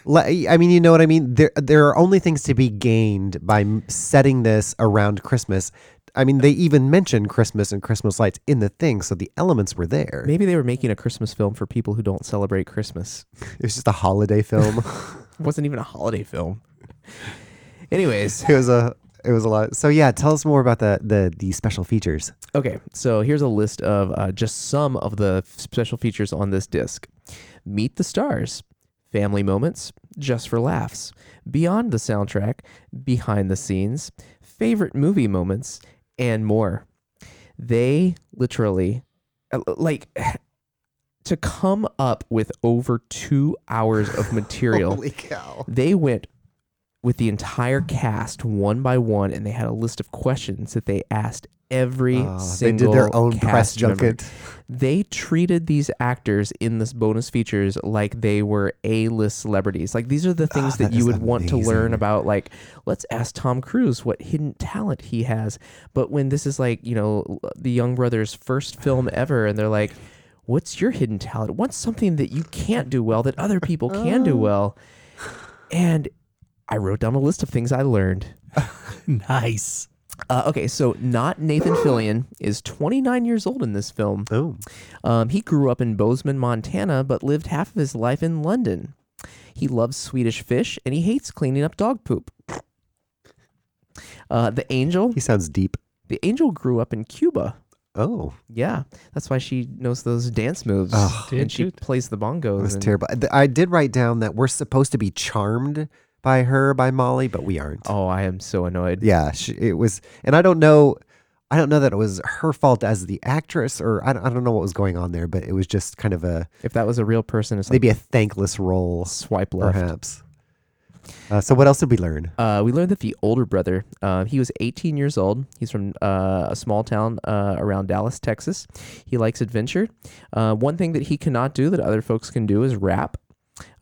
Speaker 1: Like, I mean, you know what I mean. There, there are only things to be gained by m- setting this around Christmas. I mean, they even mentioned Christmas and Christmas lights in the thing, so the elements were there.
Speaker 6: Maybe they were making a Christmas film for people who don't celebrate Christmas.
Speaker 1: It was just a holiday film.
Speaker 6: It wasn't even a holiday film. Anyways,
Speaker 1: it was a, It was a lot. So yeah, tell us more about the the the special features.
Speaker 6: Okay, so here's a list of uh, just some of the special features on this disc Meet the Stars, Family Moments, Just for Laughs, Beyond the Soundtrack, Behind the Scenes, Favorite Movie Moments, and more. They literally, uh, like, to come up with over two hours of material.
Speaker 1: Holy cow.
Speaker 6: They went with the entire cast one by one, and they had a list of questions that they asked every
Speaker 1: Uh, they
Speaker 6: single.
Speaker 1: did their own press
Speaker 6: cast member.
Speaker 1: junket.
Speaker 6: They treated these actors in this bonus features like they were A-list celebrities. Like these are the things that,
Speaker 1: Ah, that
Speaker 6: you
Speaker 1: is
Speaker 6: would want to learn
Speaker 1: amazing.
Speaker 6: about. Like, let's ask Tom Cruise what hidden talent he has. But when this is like, you know, the Young Brothers' first film ever, and they're like, "What's your hidden talent? What's something that you can't do well that other people can do well?" And I wrote down a list of things I learned.
Speaker 7: nice.
Speaker 6: Uh, okay, so not Nathan Fillion is 29 years old in this film.
Speaker 1: Oh.
Speaker 6: Um, he grew up in Bozeman, Montana, but lived half of his life in London. He loves Swedish fish and he hates cleaning up dog poop. Uh, the angel,
Speaker 1: He sounds deep.
Speaker 6: the angel grew up in Cuba.
Speaker 1: Oh,
Speaker 6: Yeah, that's why she knows those dance moves and she plays the bongos.
Speaker 1: that was
Speaker 6: and-
Speaker 1: terrible. Th- I did write down that we're supposed to be charmed by her, by Molly, but we aren't.
Speaker 6: Oh, I am so annoyed.
Speaker 1: Yeah, she, it was, and I don't know, I don't know that it was her fault as the actress, or I, don't- I don't know what was going on there, but it was just kind of a
Speaker 6: If that was a real person, it's like
Speaker 1: maybe a thankless role,
Speaker 6: swipe left.
Speaker 1: perhaps. Uh, so what else did we learn?
Speaker 6: Uh, we learned that the older brother, uh, he was 18 years old. He's from uh, a small town uh, around Dallas, Texas. He likes adventure. Uh, one thing that he cannot do that other folks can do is rap.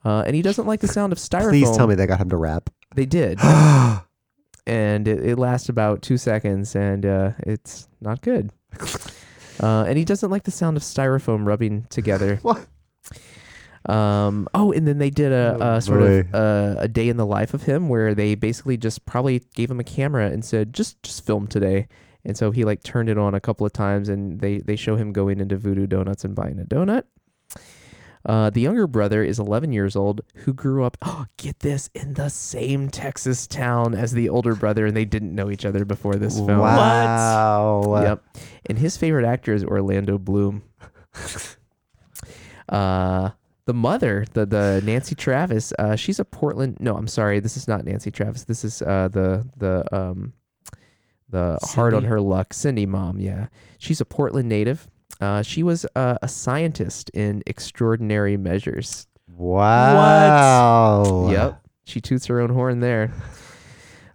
Speaker 6: Uh, and he doesn't like the sound of styrofoam.
Speaker 1: Please tell me they got him to rap.
Speaker 6: They did. and it, it lasts about two seconds, and uh, it's not good. Uh, and he doesn't like the sound of styrofoam rubbing together.
Speaker 1: What?
Speaker 6: Um, oh, and then they did a,
Speaker 1: Oh,
Speaker 6: a sort
Speaker 1: boy.
Speaker 6: of uh, a day in the life of him where they basically just probably gave him a camera and said, just just film today. And so he like turned it on a couple of times and they, they show him going into Voodoo Donuts and buying a donut. Uh, the younger brother is 11 years old who grew up, oh, get this, in the same Texas town as the older brother and they didn't know each other before this film.
Speaker 1: Wow.
Speaker 6: Yep. uh, And his favorite actor is Orlando Bloom. uh, the mother, the the Nancy Travis, uh, she's a Portland. No, I'm sorry, this is not Nancy Travis. This is uh, the the um, the hard on
Speaker 7: Cindy.
Speaker 6: her luck Cindy mom. Yeah, she's a Portland native. Uh, she was uh, a scientist in extraordinary measures.
Speaker 1: Wow.
Speaker 6: Yep, she toots her own horn there.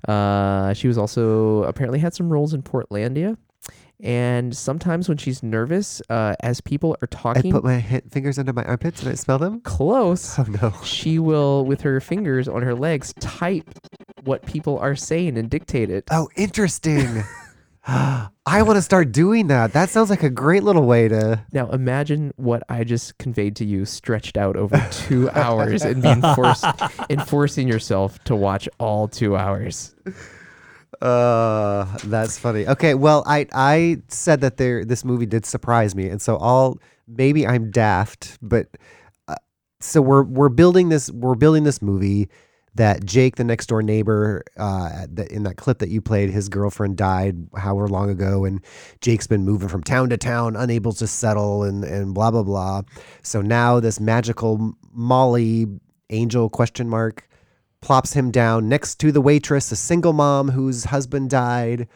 Speaker 6: Uh, she was also apparently had some roles in Portlandia, and sometimes when she's nervous, uh, as people are
Speaker 1: I
Speaker 6: talking
Speaker 1: put my ha- fingers under my armpits and I smell them.
Speaker 6: close,
Speaker 1: Oh no.
Speaker 6: she will with her fingers on her legs type what people are saying and dictate it.
Speaker 1: Oh, interesting. I want to start doing that. That sounds like a great little way to.
Speaker 6: Now imagine what I just conveyed to you, stretched out over two hours, and being forced, and forcing yourself to watch all two hours.
Speaker 1: Uh, that's funny. Okay, well, I I said that there this movie did surprise me, and so I'll maybe I'm daft, but uh, so we're we're building this we're building this movie that Jake, the next door neighbor, uh, that in that clip that you played, his girlfriend died however long ago, and Jake's been moving from town to town, unable to settle, and and blah blah blah. So now this magical Molly angel question mark plops him down next to the waitress, a single mom whose husband died.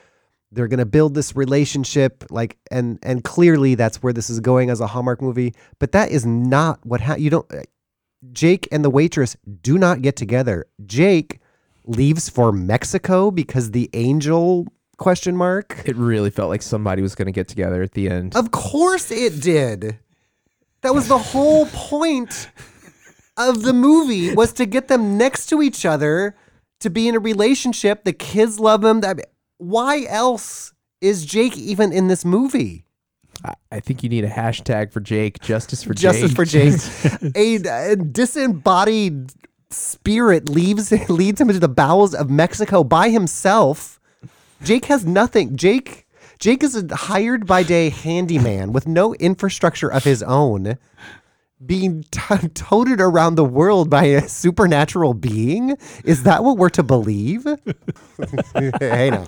Speaker 1: They're gonna build this relationship, like, and and clearly that's where this is going as a Hallmark movie. But that is not what ha- you don't. Jake and the waitress do not get together. Jake leaves for Mexico because the angel question mark.
Speaker 6: It really felt like somebody was going to get together at the end.
Speaker 1: Of course it did. That was the whole point of the movie was to get them next to each other to be in a relationship. The kids love him. That why else is Jake even in this movie?
Speaker 6: I, I think you need a hashtag for Jake. Justice for
Speaker 1: Justice
Speaker 6: Jake.
Speaker 1: for Jake. a, a disembodied spirit leaves leads him into the bowels of Mexico by himself. Jake has nothing. Jake Jake is a hired by day handyman with no infrastructure of his own. being t- toted around the world by a supernatural being? Is that what we're to believe? hey, now.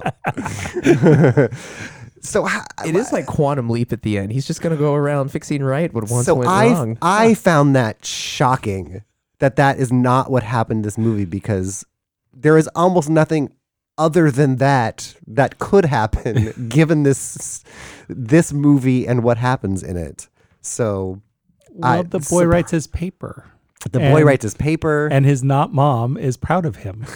Speaker 1: so
Speaker 6: it is like quantum leap at the end. He's just gonna go around fixing right what once
Speaker 1: so
Speaker 6: went
Speaker 1: I
Speaker 6: wrong.
Speaker 1: I found that shocking that that is not what happened in this movie because there is almost nothing other than that that could happen given this this movie and what happens in it. So
Speaker 7: Well,
Speaker 1: I-
Speaker 7: the boy
Speaker 1: surpri-
Speaker 7: writes his paper.
Speaker 1: The boy writes his paper.
Speaker 7: and his not mom is proud of him.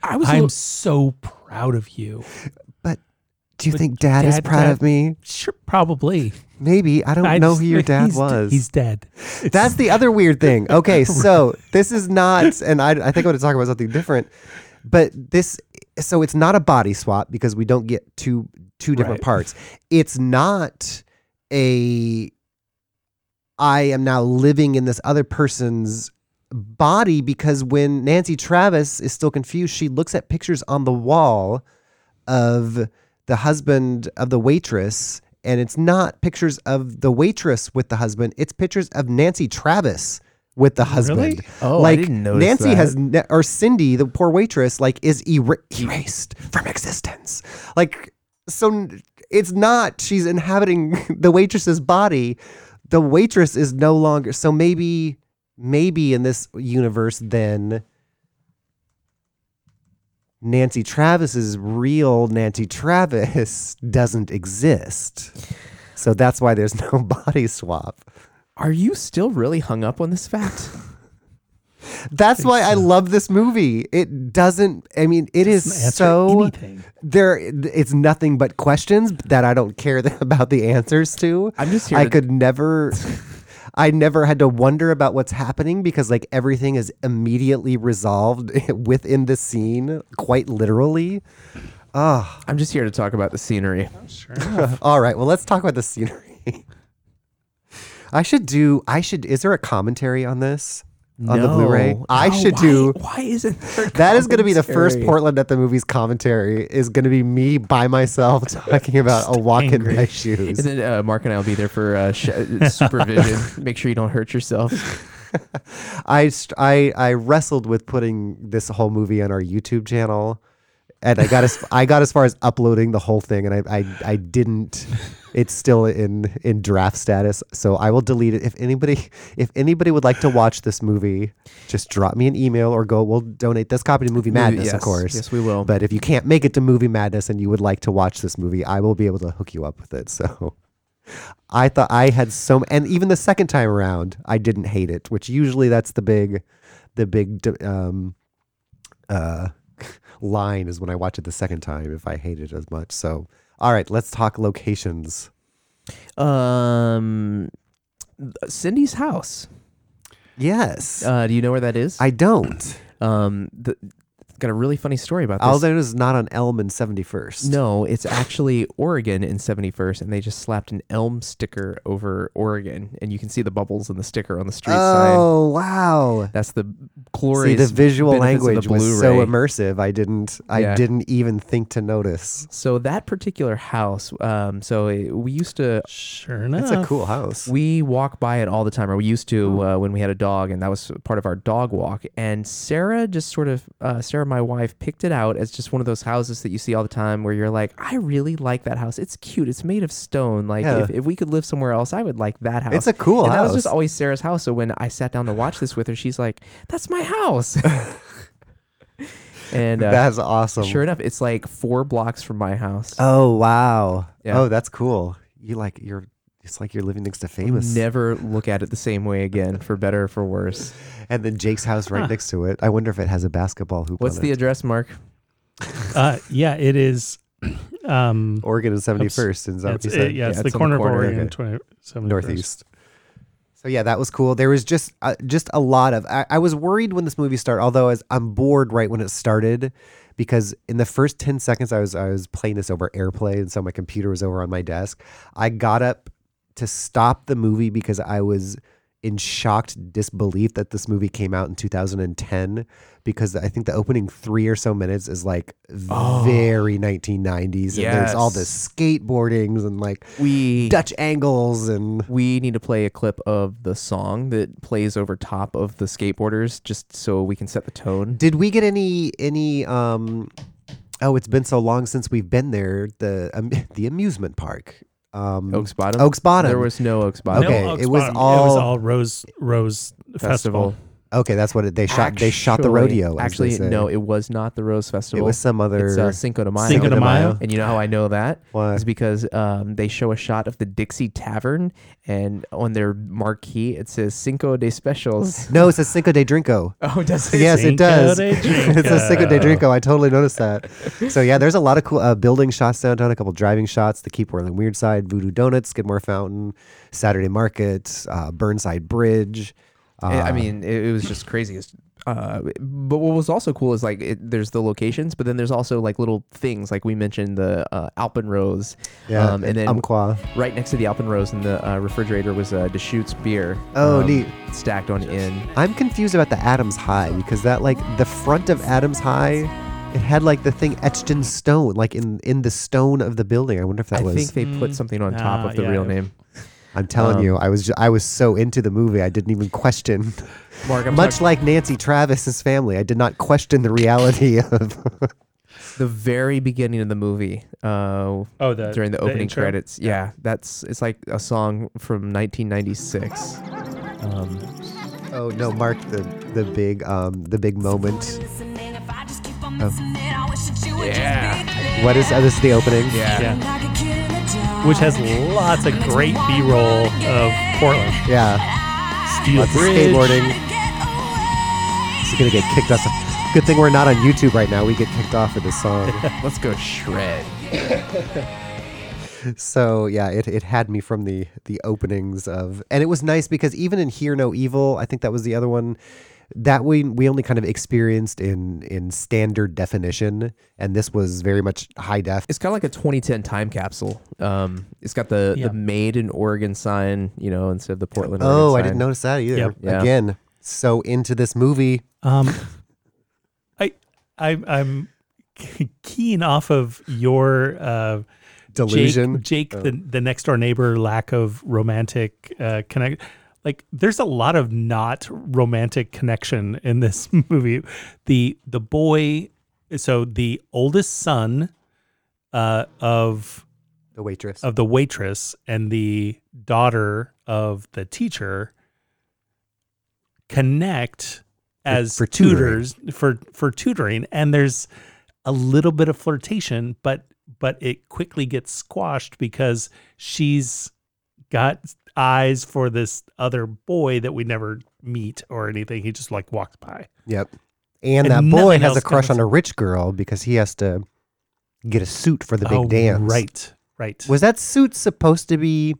Speaker 6: I
Speaker 1: was a
Speaker 7: I'm
Speaker 1: little-
Speaker 7: so proud of you.
Speaker 1: But do you think dad, is proud of me?
Speaker 7: Sure, probably.
Speaker 1: Maybe I don't
Speaker 7: I
Speaker 1: know
Speaker 7: just-
Speaker 1: who your dad
Speaker 7: he's d-
Speaker 1: was.
Speaker 7: he's dead.
Speaker 1: That's the other weird thing. Okay, so this is not, and I, I think I want to talk about something different. But this, so it's not a body swap because we don't get two two different
Speaker 7: Right.
Speaker 1: parts. It's not a. I am now living in this other person's body because when Nancy Travis is still confused, she looks at pictures on the wall of the husband of the waitress and it's not pictures of the waitress with the husband it's pictures of nancy travis with the husband
Speaker 6: Really? Oh, I
Speaker 1: like
Speaker 6: didn't notice
Speaker 1: nancy
Speaker 6: that.
Speaker 1: has ne- or cindy the poor waitress like is er- erased from existence like so n- it's not she's inhabiting the waitress's body the waitress is no longer so maybe maybe in this universe then Nancy Travis's real Nancy Travis doesn't exist. So that's why there's no body swap.
Speaker 6: Are you still really hung up on this fact?
Speaker 1: That's why
Speaker 6: uh,
Speaker 1: I love this movie. It doesn't I mean it is
Speaker 7: Doesn't answer
Speaker 1: so
Speaker 7: anything.
Speaker 1: there it's nothing but questions that I don't care about the answers to.
Speaker 6: I'm just here
Speaker 1: I
Speaker 6: to-
Speaker 1: could never I never had to wonder about what's happening because like everything is immediately resolved within the scene quite literally. Ah.
Speaker 6: I'm just here to talk about the scenery.
Speaker 1: All right. Well, let's talk about the scenery. I should do. I should. Is there a commentary on this on the Blu-ray?
Speaker 6: No.
Speaker 1: I
Speaker 6: No,
Speaker 1: should
Speaker 6: why-
Speaker 1: do.
Speaker 6: Why isn't there
Speaker 1: That is going to be the first
Speaker 6: commentary?
Speaker 1: Portland at the movies commentary. Is going to be me by myself talking about a walk in my shoes.
Speaker 6: And then uh, Mark and I will be there for uh, sh- supervision. Make sure you don't hurt yourself.
Speaker 1: I, st- I I wrestled with putting this whole movie on our YouTube channel, and I got as I got as far as uploading the whole thing, and I I, I didn't. It's still in in draft status, so I will delete it. If anybody if anybody would like to watch this movie, just drop me an email or go. We'll donate this copy to Movie
Speaker 6: Movie-
Speaker 1: Madness, of
Speaker 6: yes,
Speaker 1: course.
Speaker 6: yes, we will.
Speaker 1: But if you can't make it to Movie Madness and you would like to watch this movie, I will be able to hook you up with it. So. I thought I had so, m- and even the second time around, I didn't hate it, which usually that's the big, the big d- um, uh, line is when I watch it the second time if I hate it as much. So, all right, let's talk locations.
Speaker 6: Um, Cindy's house.
Speaker 1: Yes,
Speaker 6: Uh, do you know where that is?
Speaker 1: I don't.
Speaker 6: um, the, got a really funny story about this.
Speaker 1: Although it is not on Elm and Seventy First.
Speaker 6: No, it's actually Oregon in 71st, and they just slapped an elm sticker over Oregon, and you can see the bubbles in the sticker on the street sign.
Speaker 1: Oh wow.
Speaker 6: That's the
Speaker 1: See,
Speaker 6: glorious.
Speaker 1: the visual
Speaker 6: benefits of the
Speaker 1: language was so
Speaker 6: Blu-ray.
Speaker 1: immersive. I didn't. I
Speaker 6: Yeah.
Speaker 1: didn't even think to notice.
Speaker 6: So that particular house, um, so it, we used to
Speaker 7: Sure enough.
Speaker 1: It's a cool house.
Speaker 6: we walk by it all the time, or we used
Speaker 1: Hmm.
Speaker 6: to uh, when we had a dog, and that was part of our dog walk. And Sarah just sort of, uh, Sarah, my wife, picked it out as just one of those houses that you see all the time, where you're like, I really like that house. It's cute. It's made of stone. Like
Speaker 1: Yeah.
Speaker 6: if, if we could live somewhere else, I would like that house.
Speaker 1: It's a cool
Speaker 6: and That was
Speaker 1: house.
Speaker 6: just always Sarah's house. So when I sat down to watch this with her, she's like, "That's my house." and uh,
Speaker 1: That's awesome.
Speaker 6: sure enough, it's like four blocks from my house.
Speaker 1: Oh wow!
Speaker 6: Yeah.
Speaker 1: Oh, that's cool. You like you're. It's like you're living next to famous.
Speaker 6: Never look at it the same way again, for better or for worse.
Speaker 1: and then Jake's house right next to it. I wonder if it has a basketball hoop.
Speaker 6: What's
Speaker 1: on
Speaker 6: the
Speaker 1: it.
Speaker 6: address, Mark?
Speaker 7: Uh, yeah, it is. Um,
Speaker 1: Oregon and Seventy First in
Speaker 7: that's
Speaker 1: Southeast
Speaker 7: it, yeah, it's
Speaker 6: Yeah,
Speaker 7: the
Speaker 6: it's on the
Speaker 7: corner,
Speaker 6: corner.
Speaker 7: of Oregon,
Speaker 1: Okay.
Speaker 7: and 20, 71st.
Speaker 1: Northeast. So yeah, that was cool. There was just uh, just a lot of. I, I was worried when this movie started, although I was, I'm bored right when it started, because in the first ten seconds I was I was playing this over AirPlay, and so my computer was over on my desk. I got up to stop the movie because I was in shocked disbelief that this movie came out in 2010 because I think the opening three or so minutes is like very 1990s. And there's all this
Speaker 6: Yes.
Speaker 1: skateboardings and like
Speaker 6: we
Speaker 1: Dutch angles and
Speaker 6: we need to play a clip of the song that plays over top of the skateboarders just so we can set the tone.
Speaker 1: Did we get any any um oh it's been so long since we've been there the um, the amusement park um
Speaker 6: Oaks Bottom?
Speaker 1: Oaks Bottom
Speaker 6: There was no Oaks Bottom.
Speaker 1: Okay,
Speaker 6: No Oaks
Speaker 1: it was
Speaker 6: Bottom. It
Speaker 1: all
Speaker 7: oh, it was all Rose Rose Festival.
Speaker 1: Okay, that's what it, they shot they shot the rodeo. as they
Speaker 6: Actually,
Speaker 1: say.
Speaker 6: no, it was not the Rose Festival.
Speaker 1: some
Speaker 6: It's,
Speaker 1: other-
Speaker 6: uh, Cinco de Mayo.
Speaker 1: Cinco de Mayo?
Speaker 6: And you know how I know that is because um, they show a shot of the Dixie Tavern, and on their marquee it says Cinco de Specials.
Speaker 1: No, it says Cinco de Drinco.
Speaker 6: Oh, does it?
Speaker 1: Yes, it
Speaker 6: Cinco
Speaker 1: does.
Speaker 6: de
Speaker 1: it says Cinco de
Speaker 6: Drinco.
Speaker 1: Drinco. I totally noticed that. So yeah, there's a lot of cool uh, building shots downtown. A couple driving shots. The Keep Whirling Weird Side, Voodoo Donuts, Skidmore Fountain, Saturday Market, uh, Burnside Bridge. Uh,
Speaker 6: I- I mean, it, it was just crazy. It's- Uh, but what was also cool is like it, there's the locations, but then there's also like little things like we mentioned the uh, Alpenrose,
Speaker 1: Yeah,
Speaker 6: Um, and then
Speaker 1: Umpqua.
Speaker 6: right next to the Alpenrose in the uh, refrigerator was uh, Deschutes beer. um,
Speaker 1: Oh, neat.
Speaker 6: Stacked on in.
Speaker 1: I'm confused about the Adams High because that like the front of Adams High, it had like the thing etched in stone, like in in the stone of the building. I wonder if that
Speaker 6: I
Speaker 1: was.
Speaker 6: think they put something on top
Speaker 7: Ah,
Speaker 6: of the
Speaker 7: yeah.
Speaker 6: real name.
Speaker 1: I'm telling
Speaker 6: Um,
Speaker 1: you, I was ju- I was so into the movie, I didn't even question.
Speaker 6: Mark, I'm
Speaker 1: much
Speaker 6: talk-
Speaker 1: like Nancy Travis's family, I did not question the reality of.
Speaker 6: the very beginning of the movie. Uh,
Speaker 7: Oh, the-
Speaker 6: during the
Speaker 7: the
Speaker 6: opening
Speaker 7: intro?
Speaker 6: credits. Yeah. that's it's like a song from 1996. Um,
Speaker 1: oh no, Mark the the big um the big moment. of- What is oh, this? Is the opening?
Speaker 7: Yeah. Which has lots of great B roll of Portland.
Speaker 1: Yeah.
Speaker 7: Steel
Speaker 1: Lots of
Speaker 7: bridge.
Speaker 1: skateboarding. It's gonna get kicked off. Good thing we're not on YouTube right now. We get kicked off with this song.
Speaker 6: let's go shred.
Speaker 1: so yeah, it, it had me from the the openings of, and it was nice because even in Hear No Evil, I think that was the other one that we we only kind of experienced in in standard definition, and this was very much high def.
Speaker 6: It's kind of like a 2010 time capsule. Um, it's got the,
Speaker 7: Yeah.
Speaker 6: the made in Oregon sign, you know, instead of the Portland.
Speaker 1: Oh, I
Speaker 6: Oregon sign.
Speaker 1: didn't notice that either.
Speaker 7: Yep.
Speaker 6: Yeah.
Speaker 1: Again, so into this movie.
Speaker 7: Um, I, I, I'm keen off of your uh,
Speaker 1: Delusion?
Speaker 7: Jake, Jake the the next door neighbor, lack of romantic uh, connect. Like, there's a lot of not romantic connection in this movie. The the boy, so the oldest son uh, of
Speaker 1: The waitress.
Speaker 7: of the waitress and the daughter of the teacher connect as
Speaker 1: for tutoring.
Speaker 7: tutors for for tutoring and there's a little bit of flirtation but but it quickly gets squashed because she's got eyes for this other boy that we never meet or anything he just like walks by
Speaker 1: Yep. And,
Speaker 7: And
Speaker 1: that boy
Speaker 7: nothing
Speaker 1: has a
Speaker 7: else
Speaker 1: crush on
Speaker 7: comes-
Speaker 1: a rich girl because he has to get a suit for the big
Speaker 7: Oh,
Speaker 1: dance.
Speaker 7: right right
Speaker 1: Was that suit supposed to be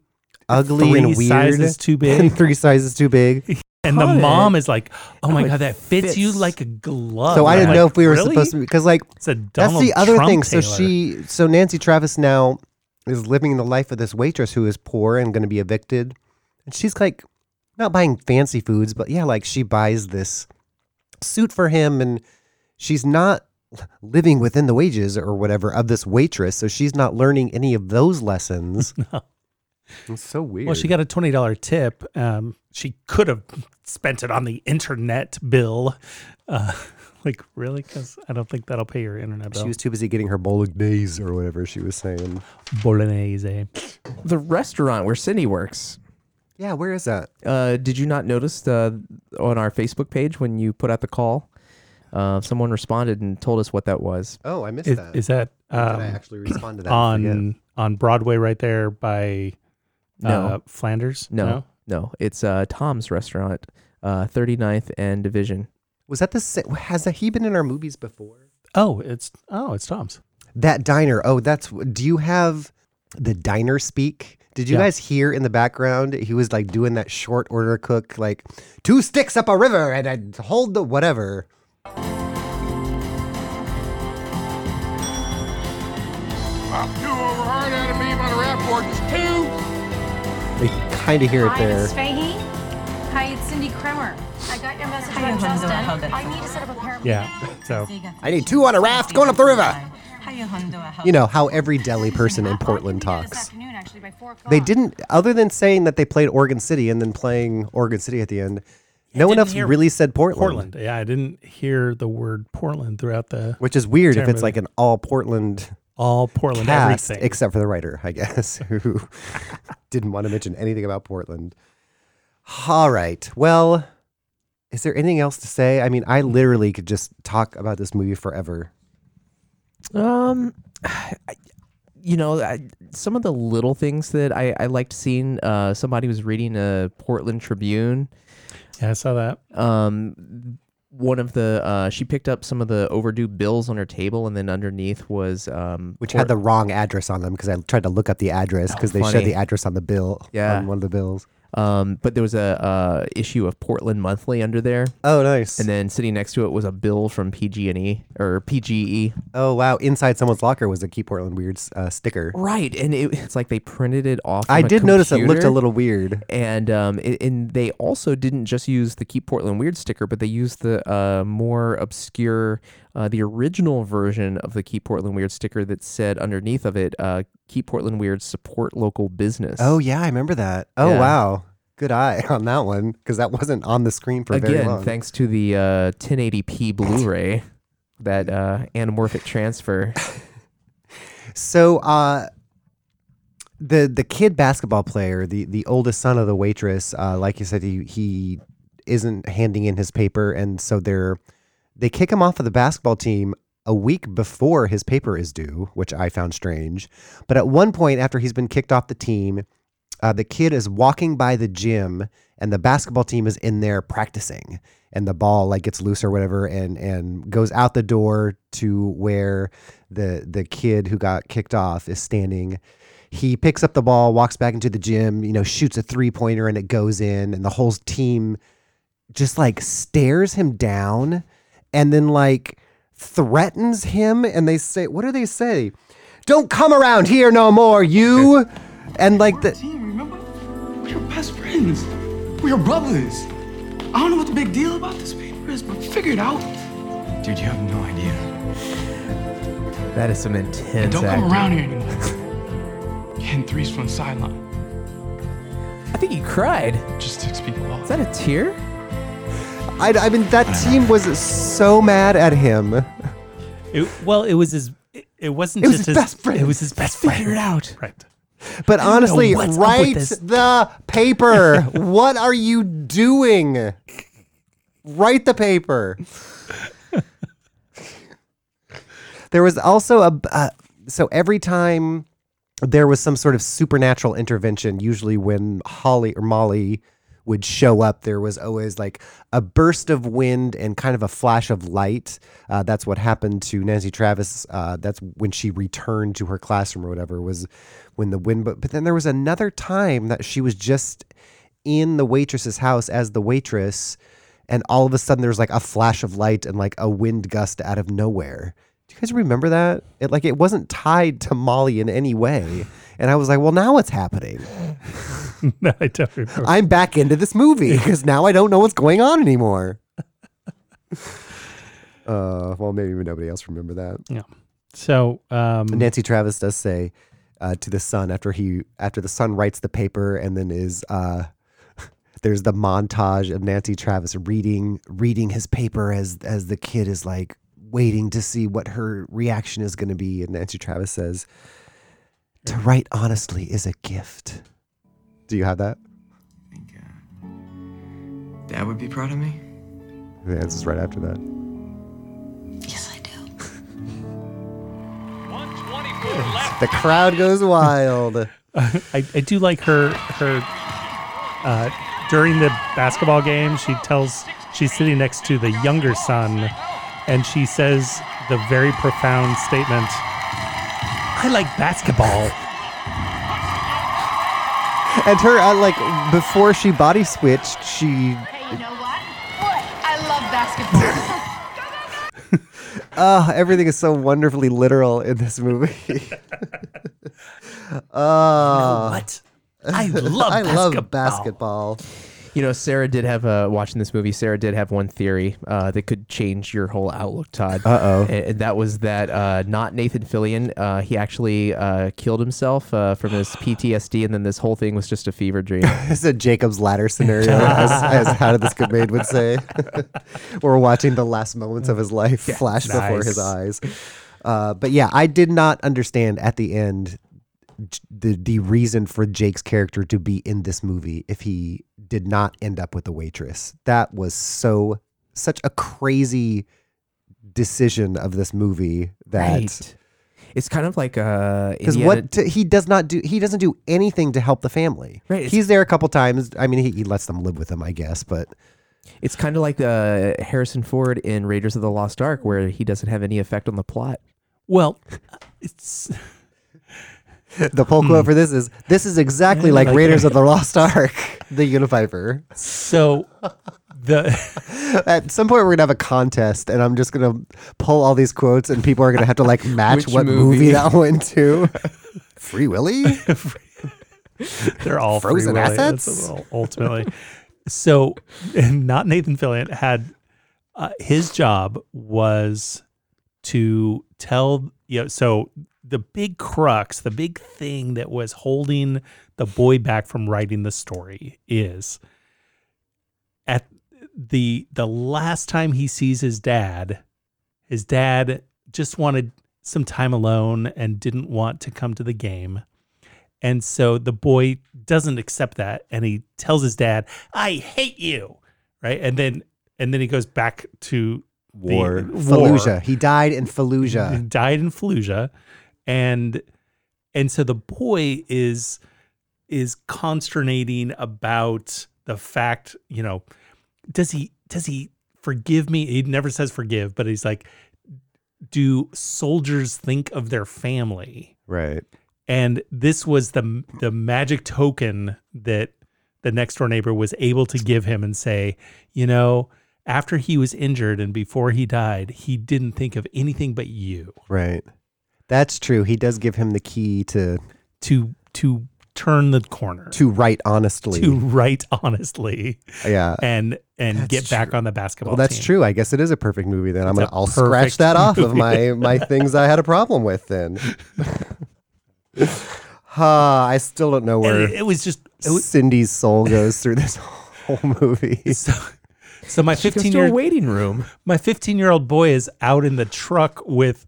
Speaker 1: ugly
Speaker 7: Three
Speaker 1: and weird?
Speaker 7: sizes too big.
Speaker 1: Three sizes too big.
Speaker 7: and the
Speaker 6: Cut it.
Speaker 7: mom is like oh my
Speaker 6: it
Speaker 7: god that fits, you
Speaker 6: fits.
Speaker 7: like a glove
Speaker 1: so I
Speaker 7: I'm
Speaker 1: didn't
Speaker 7: like,
Speaker 1: know if we were
Speaker 7: "Really?"
Speaker 1: supposed to because like
Speaker 7: It's a
Speaker 1: that's
Speaker 7: Donald
Speaker 1: the other
Speaker 7: Trump
Speaker 1: thing. So
Speaker 7: Taylor.
Speaker 1: she so Nancy Travis now is living the life of this waitress who is poor and going to be evicted, and she's like not buying fancy foods, but yeah, like she buys this suit for him, and she's not living within the wages or whatever of this waitress, so she's not learning any of those lessons. It's so weird.
Speaker 7: Well, she got a twenty dollar tip. Um, she could have spent it on the internet bill. Uh, like really? Because I don't think that'll pay your internet bill.
Speaker 1: She was too busy getting her bolognese or whatever she was saying.
Speaker 7: Bolognese.
Speaker 6: The restaurant where Cindy works.
Speaker 1: Yeah, where is that?
Speaker 6: Uh, did you not notice uh, on our Facebook page when you put out the call? Uh, someone responded and told us what that was.
Speaker 1: Oh, I missed
Speaker 7: Is,
Speaker 1: that.
Speaker 7: is that
Speaker 1: Did I
Speaker 7: um,
Speaker 1: actually respond to that? I forget.
Speaker 7: on on Broadway right there by uh,
Speaker 6: No.
Speaker 7: Flanders?
Speaker 6: No, no, it's uh, Tom's restaurant, uh, 39th and Division.
Speaker 1: was that the sa- has he been in our movies before?
Speaker 7: Oh, it's oh, it's Tom's.
Speaker 1: That diner. Oh, that's. Do you have the diner speak? Did you
Speaker 7: Yeah.
Speaker 1: guys hear in the background? He was like doing that short order cook, like two sticks up a river, and I hold the whatever.
Speaker 2: Two over hard enemy on a rapport is two.
Speaker 1: You kind of hear it
Speaker 10: Hi,
Speaker 1: there.
Speaker 10: Miss Fahey. Hi, it's Cindy Kremer. I got your message
Speaker 8: Hi,
Speaker 10: about
Speaker 8: Hondo.
Speaker 10: Justin.
Speaker 8: How did-
Speaker 10: I need to set up a paramedic.
Speaker 5: Yeah. So
Speaker 1: I need two on a raft going up the river. You know how every deli person in Portland
Speaker 10: This
Speaker 1: talks.
Speaker 10: afternoon, actually, by 4 o'clock.
Speaker 1: They didn't, other than saying that they played Oregon City and then playing Oregon City at the end, no one
Speaker 7: didn't
Speaker 1: else
Speaker 7: hear
Speaker 1: really said Portland.
Speaker 7: Portland. Yeah, I didn't hear the word Portland throughout the.
Speaker 1: Which is weird if
Speaker 7: entire
Speaker 1: it's like
Speaker 7: movie.
Speaker 1: an all Portland
Speaker 7: all Portland
Speaker 1: cast,
Speaker 7: everything.
Speaker 1: except for the writer, I guess, who didn't want to mention anything about Portland. All right. Well, is there anything else to say? I mean, I literally could just talk about this movie forever.
Speaker 6: Um, you know, I, some of the little things that I, I liked seeing. Uh, somebody was reading a Portland Tribune.
Speaker 7: Yeah, I saw that.
Speaker 6: Um, one of the uh, she picked up some of the overdue bills on her table, and then underneath was um,
Speaker 1: Which
Speaker 6: Port-
Speaker 1: had the wrong address on them because I tried to look up the address
Speaker 7: Oh,
Speaker 1: because they showed
Speaker 6: funny.
Speaker 1: the address on the bill,
Speaker 6: Yeah.
Speaker 1: on one of the bills.
Speaker 6: Um, but there was a uh, issue of Portland Monthly under there,
Speaker 1: Oh, nice.
Speaker 6: and then sitting next to it was a bill from PG&E E, or E. PGE.
Speaker 1: oh, wow. Inside someone's locker was a Keep Portland Weirds uh, sticker.
Speaker 6: Right, and it, it's like they printed it off.
Speaker 1: I
Speaker 6: from a
Speaker 1: did notice it looked a
Speaker 6: computer.
Speaker 1: little weird.
Speaker 6: and um, it, and they also didn't just use the Keep Portland Weird sticker, but they used the uh, more obscure, uh, the original version of the Keep Portland Weird sticker that said underneath of it, uh, "Keep Portland Weird, support local business."
Speaker 1: Oh, yeah. I remember that. Oh,
Speaker 6: Yeah.
Speaker 1: wow. Good eye on that one because that wasn't on the screen for very
Speaker 6: again,
Speaker 1: long.
Speaker 6: thanks to the uh, 1080p Blu-ray, that uh, anamorphic transfer.
Speaker 1: So uh the the kid basketball player, the the oldest son of the waitress, uh, like you said, he he isn't handing in his paper and so they're they kick him off of the basketball team a week before his paper is due, which I found strange. But at one point after he's been kicked off the team, uh, the kid is walking by the gym and the basketball team is in there practicing and the ball like gets loose or whatever and and goes out the door to where the the kid who got kicked off is standing he picks up the ball walks back into the gym you know shoots a three pointer and it goes in and the whole team just like stares him down and then like threatens him and they say what do they say don't come around here no more you and like the
Speaker 3: Team, remember? We were best friends. We were brothers. I don't know what the big deal about this paper is, but figure it out. Dude, you have no idea.
Speaker 6: That is some intense.
Speaker 3: don't come
Speaker 6: acting.
Speaker 3: around here anymore. Hitting threes from the sideline.
Speaker 6: I think he cried.
Speaker 3: Just ticks people off.
Speaker 6: Is that a tear?
Speaker 1: I, I mean that team was so mad at him
Speaker 7: It, well, it was his. It, it wasn't
Speaker 1: It was
Speaker 7: just
Speaker 1: his best friend.
Speaker 7: It was his best friend.
Speaker 6: Figure it out.
Speaker 7: Right.
Speaker 1: But honestly,
Speaker 6: what's up with
Speaker 1: write
Speaker 6: this.
Speaker 1: the paper. what are you doing? Write the paper. there was also a uh, so every time there was some sort of supernatural intervention, usually when Holly or Molly would show up, there was always like a burst of wind and kind of a flash of light. Uh, that's what happened to Nancy Travis. Uh, that's when she returned to her classroom or whatever was when the wind. But, but then there was another time that she was just in the waitress's house as the waitress. And all of a sudden, there was like a flash of light and like a wind gust out of nowhere. Do you guys remember that? It like it wasn't tied to Molly in any way. And I was like, well, now what's happening?
Speaker 7: No, I don't remember.
Speaker 1: I'm back into this movie because now I don't know what's going on anymore. Uh, well, maybe nobody else remember that.
Speaker 7: So, um,
Speaker 1: Nancy Travis does say uh, to the son after he after the son writes the paper and then is uh, there's the montage of Nancy Travis reading reading his paper as as the kid is like waiting to see what her reaction is going to be and Nancy Travis says to write honestly is a gift. Do you have that?
Speaker 9: I think uh, Dad would be proud of me.
Speaker 1: Yeah, this is right after that.
Speaker 10: Yes, I do.
Speaker 1: The crowd goes wild.
Speaker 7: I, I do like her her uh, during the basketball game. She tells she's sitting next to the younger son, and she says the very profound statement. I like basketball.
Speaker 1: And her, uh, like, before she body switched, she.
Speaker 10: Hey, you know what? What? I love basketball.
Speaker 1: Uh, everything is so wonderfully literal in this movie. uh,
Speaker 7: what? I love
Speaker 1: I
Speaker 7: basketball.
Speaker 1: love Ah. basketball.
Speaker 6: You know, Sarah did have uh, watching this movie. Sarah did have one theory uh, that could change your whole outlook, Todd. Uh
Speaker 1: oh.
Speaker 6: And, and that was that uh, not Nathan Fillion. Uh, he actually uh, killed himself uh, from his PTSD, and then this whole thing was just a fever dream.
Speaker 1: This is a Jacob's Ladder scenario, as, as How Did This Get Made would say. We're watching the last moments of his life flash before his eyes. Uh, but yeah, I did not understand at the end j- the the reason for Jake's character to be in this movie if he did not end up with the waitress. That was so such a crazy decision of this movie that
Speaker 6: Right. It's kind of like uh,
Speaker 1: because
Speaker 6: Indiana-
Speaker 1: what t- he does not do, he doesn't do anything to help the family.
Speaker 6: Right, it's-
Speaker 1: He's there a couple times. I mean, he, he lets them live with him, I guess. But
Speaker 6: It's kind of like uh, Harrison Ford in Raiders of the Lost Ark, where he doesn't have any effect on the plot.
Speaker 7: Well, it's
Speaker 1: the poll quote for this is: "This is exactly
Speaker 7: Yeah,
Speaker 1: like,
Speaker 7: like-
Speaker 1: Raiders of the Lost Ark, the Unifiper."
Speaker 7: so the
Speaker 1: At some point, we're gonna have a contest, and I'm just gonna pull all these quotes, and people are gonna have to like match
Speaker 6: Which
Speaker 1: what movie?
Speaker 6: movie?
Speaker 1: that went to. Free Willy.
Speaker 7: they're all free
Speaker 1: Frozen
Speaker 7: willy. That's
Speaker 1: assets?
Speaker 7: ul- ultimately. so, not Nathan Fillion had uh, his job was to tell you know, so the big crux, the big thing that was holding the boy back from writing the story is at the the last time he sees his dad, his dad just wanted some time alone and didn't want to come to the game. And so the boy doesn't accept that and he tells his dad, "I hate you." Right? And then and then he goes back to the-
Speaker 1: Fallujah. He died in Fallujah.
Speaker 7: died in Fallujah, and and so the boy is is consternating about the fact, you know, does he does he forgive me? He never says forgive, but he's like, do soldiers think of their family?
Speaker 1: Right.
Speaker 7: and this was the the magic token that the next door neighbor was able to give him and say, you know, after he was injured and before he died, he didn't think of anything but you
Speaker 1: Right. That's true. He does give him the key to
Speaker 7: to to turn the corner
Speaker 1: to write honestly.
Speaker 7: to write honestly
Speaker 1: yeah.
Speaker 7: and and
Speaker 1: That's
Speaker 7: get back on the basketball.
Speaker 1: Well, that's
Speaker 7: team.
Speaker 1: true. I guess it is a perfect movie then. I'm
Speaker 7: It's
Speaker 1: gonna,
Speaker 7: a
Speaker 1: I'll scratch
Speaker 7: perfect
Speaker 1: that off of
Speaker 7: movie.
Speaker 1: my my things I had a problem with then. Ha! I still don't know
Speaker 7: And
Speaker 1: where
Speaker 7: it, it was just it was,
Speaker 1: Cindy's soul goes through this whole movie.
Speaker 7: so, so my
Speaker 6: She goes to
Speaker 7: fifteen
Speaker 6: a
Speaker 7: year
Speaker 6: waiting room.
Speaker 7: my 15 year old boy is out in the truck with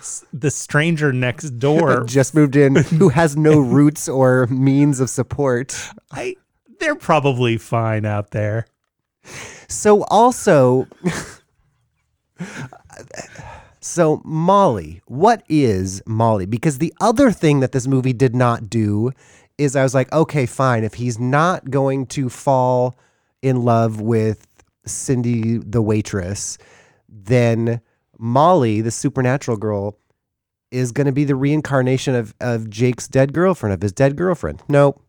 Speaker 7: s- the stranger next door.
Speaker 1: Just moved in, who has no roots or means of support.
Speaker 7: I, they're probably fine out there.
Speaker 1: So also, so Molly, what is Molly? Because the other thing that this movie did not do is I was like, okay, fine. If he's not going to fall in love with Cindy, the waitress, then Molly, the supernatural girl, is going to be the reincarnation of, of Jake's dead girlfriend, of his dead girlfriend. Nope.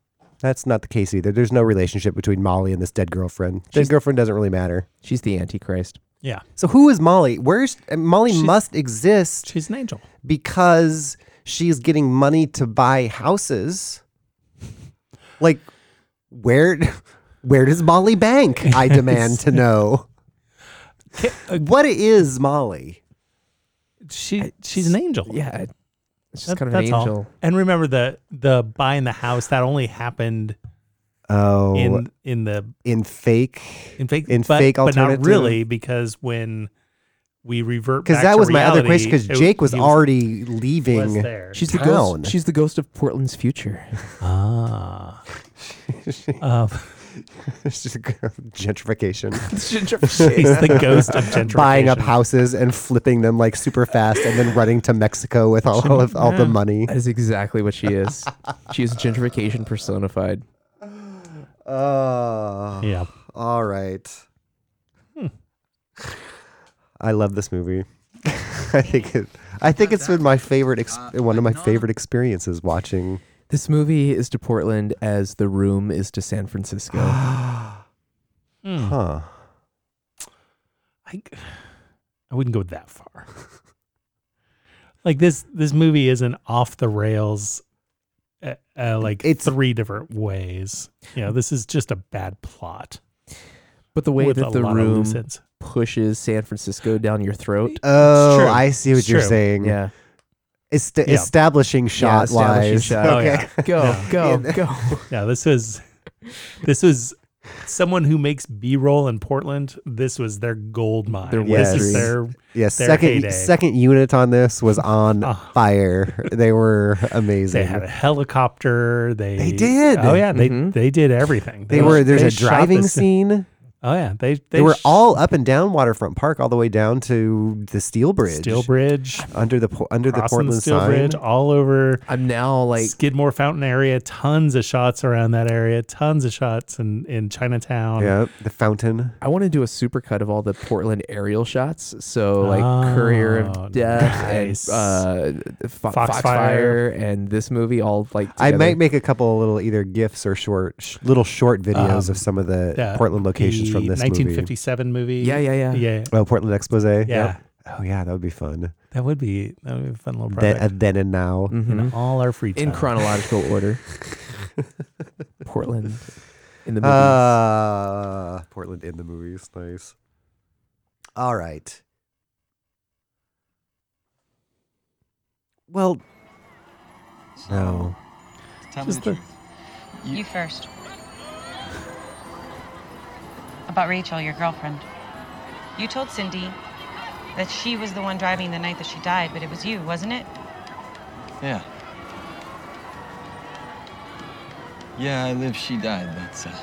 Speaker 1: That's not the case either. There's no relationship between Molly and this dead girlfriend. Dead
Speaker 6: She's-
Speaker 1: girlfriend doesn't really matter.
Speaker 6: She's the Antichrist.
Speaker 7: Yeah.
Speaker 1: So who is Molly? Where's and Molly
Speaker 7: She's-
Speaker 1: must exist
Speaker 7: She's an angel.
Speaker 1: because she's getting money to buy houses. Like where where does Molly bank? I demand to know. What is Molly?
Speaker 7: She she's an angel.
Speaker 6: Yeah, it's just
Speaker 7: That-
Speaker 6: kind of an
Speaker 7: that's all.
Speaker 6: angel.
Speaker 7: And remember the the buying the house that only happened
Speaker 1: Oh, in,
Speaker 6: uh,
Speaker 7: in in the
Speaker 1: fake
Speaker 7: in fake
Speaker 1: in
Speaker 7: but,
Speaker 1: fake
Speaker 7: but
Speaker 1: alternative
Speaker 7: not really because when we revert
Speaker 1: because
Speaker 7: because
Speaker 1: that was my other question because
Speaker 7: because
Speaker 1: Jake was, already leaving.
Speaker 7: was there.
Speaker 6: She's the
Speaker 1: Town.
Speaker 6: ghost. She's the ghost of Portland's future.
Speaker 7: ah. Uh,
Speaker 1: It's just gentrification.
Speaker 7: he's the ghost of gentrification.
Speaker 1: buying up houses and flipping them like super fast and then running to Mexico with all of all the money.
Speaker 6: That is exactly what she is. she is gentrification personified.
Speaker 1: Oh,
Speaker 7: Yeah. Hmm.
Speaker 1: all right. I love this movie. I think it. I think it's been my favorite, ex- one of my favorite experiences watching.
Speaker 6: This movie is to Portland as the room is to San Francisco.
Speaker 7: Hmm.
Speaker 1: Huh?
Speaker 7: I, I wouldn't go that far. like this, this movie is an off the rails uh, uh, like
Speaker 1: It's-
Speaker 7: three different ways. You know, this is just a bad plot.
Speaker 6: But the way
Speaker 7: with a
Speaker 6: that the
Speaker 7: lot of
Speaker 6: room
Speaker 7: loose ends.
Speaker 6: pushes San Francisco down your throat.
Speaker 1: Oh,
Speaker 7: true.
Speaker 1: I see what
Speaker 7: It's
Speaker 1: you're
Speaker 7: true.
Speaker 1: saying.
Speaker 6: yeah.
Speaker 1: Est-
Speaker 7: Yeah.
Speaker 1: Establishing shot
Speaker 6: establishing
Speaker 1: wise.
Speaker 6: shot. Oh,
Speaker 1: Okay.
Speaker 6: Go, go, go.
Speaker 7: Yeah, this was this was someone who makes B roll in Portland. This was their gold mine.
Speaker 6: Their
Speaker 7: this is
Speaker 1: Web3.
Speaker 7: their
Speaker 1: Yeah,
Speaker 7: Their
Speaker 1: second
Speaker 7: heyday.
Speaker 1: second unit on this was on
Speaker 7: Oh.
Speaker 1: fire. They were amazing.
Speaker 7: they had a helicopter. They
Speaker 1: They did. Mm-hmm.
Speaker 7: Oh yeah, they
Speaker 6: Mhm.
Speaker 7: they did everything.
Speaker 1: they were there's
Speaker 7: they
Speaker 1: a
Speaker 7: shot
Speaker 1: driving
Speaker 7: this-
Speaker 1: scene.
Speaker 7: Oh yeah, they they,
Speaker 1: They, were
Speaker 7: sh-
Speaker 1: all up and down Waterfront Park, all the way down to the Steel Bridge.
Speaker 7: Steel Bridge,
Speaker 1: under the po- under the
Speaker 7: crossing
Speaker 1: Portland
Speaker 7: Steel
Speaker 1: sign.
Speaker 7: Bridge, all over
Speaker 6: I'm now like
Speaker 7: Skidmore Fountain area. Tons of shots around that area. Tons of shots in in Chinatown.
Speaker 1: Yeah, the fountain.
Speaker 6: I want to do a supercut of all the Portland aerial shots. So like Courier
Speaker 7: Oh,
Speaker 6: of Death
Speaker 7: nice.
Speaker 6: and uh, Fo-
Speaker 7: Foxfire.
Speaker 6: Foxfire and this movie all like
Speaker 1: I might
Speaker 6: together.
Speaker 1: make a couple little either gifs or short sh- little short videos
Speaker 7: Um,
Speaker 1: of some of the
Speaker 7: Yeah,
Speaker 1: Portland locations
Speaker 7: the
Speaker 1: from this movie.
Speaker 7: 1957 movie.
Speaker 6: Yeah, yeah, yeah.
Speaker 7: yeah.
Speaker 1: Oh, Portland expose. Yeah.
Speaker 7: Yeah.
Speaker 1: Oh yeah, that would be fun.
Speaker 7: That would be that would be a fun little
Speaker 1: Then,
Speaker 7: project.
Speaker 1: uh, then and now.
Speaker 6: Mhm.
Speaker 7: in all our free time.
Speaker 6: in chronological order. Portland in the movie.
Speaker 1: Uh, Portland in the movies. Nice. All right. Well, no.
Speaker 9: Tell me
Speaker 7: Just
Speaker 9: the
Speaker 7: the-
Speaker 9: truth.
Speaker 8: You first. About Rachel, your girlfriend. You told Cindy that she was the one driving the night that she died, but it was you, wasn't it?
Speaker 9: Yeah. Yeah, I live, she died. That's uh,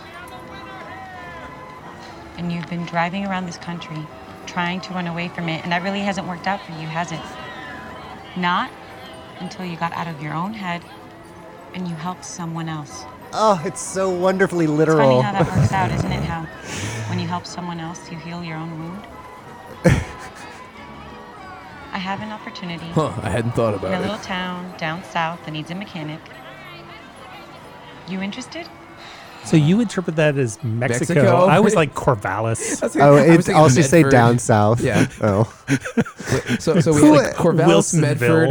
Speaker 8: And you've been driving around this country trying to run away from it, and that really hasn't worked out for you, has it? Not until you got out of your own head and you helped someone else.
Speaker 1: Oh, it's so wonderfully
Speaker 8: It's funny
Speaker 1: literal.
Speaker 8: how that works out, isn't it? How when you help someone else, you heal your own wound. I have an opportunity
Speaker 6: Huh, I hadn't thought
Speaker 8: in a
Speaker 6: about
Speaker 8: little
Speaker 6: it.
Speaker 8: town down south that needs a mechanic. You interested?
Speaker 7: So you interpret that as Mexico.
Speaker 6: Mexico?
Speaker 7: I was like Corvallis.
Speaker 1: Oh,
Speaker 6: I was
Speaker 1: it
Speaker 6: thinking
Speaker 1: also say
Speaker 6: Medford.
Speaker 1: down south.
Speaker 6: Yeah.
Speaker 1: Oh.
Speaker 6: So, so we had like Corvallis,
Speaker 7: Wilsonville.
Speaker 6: Medford,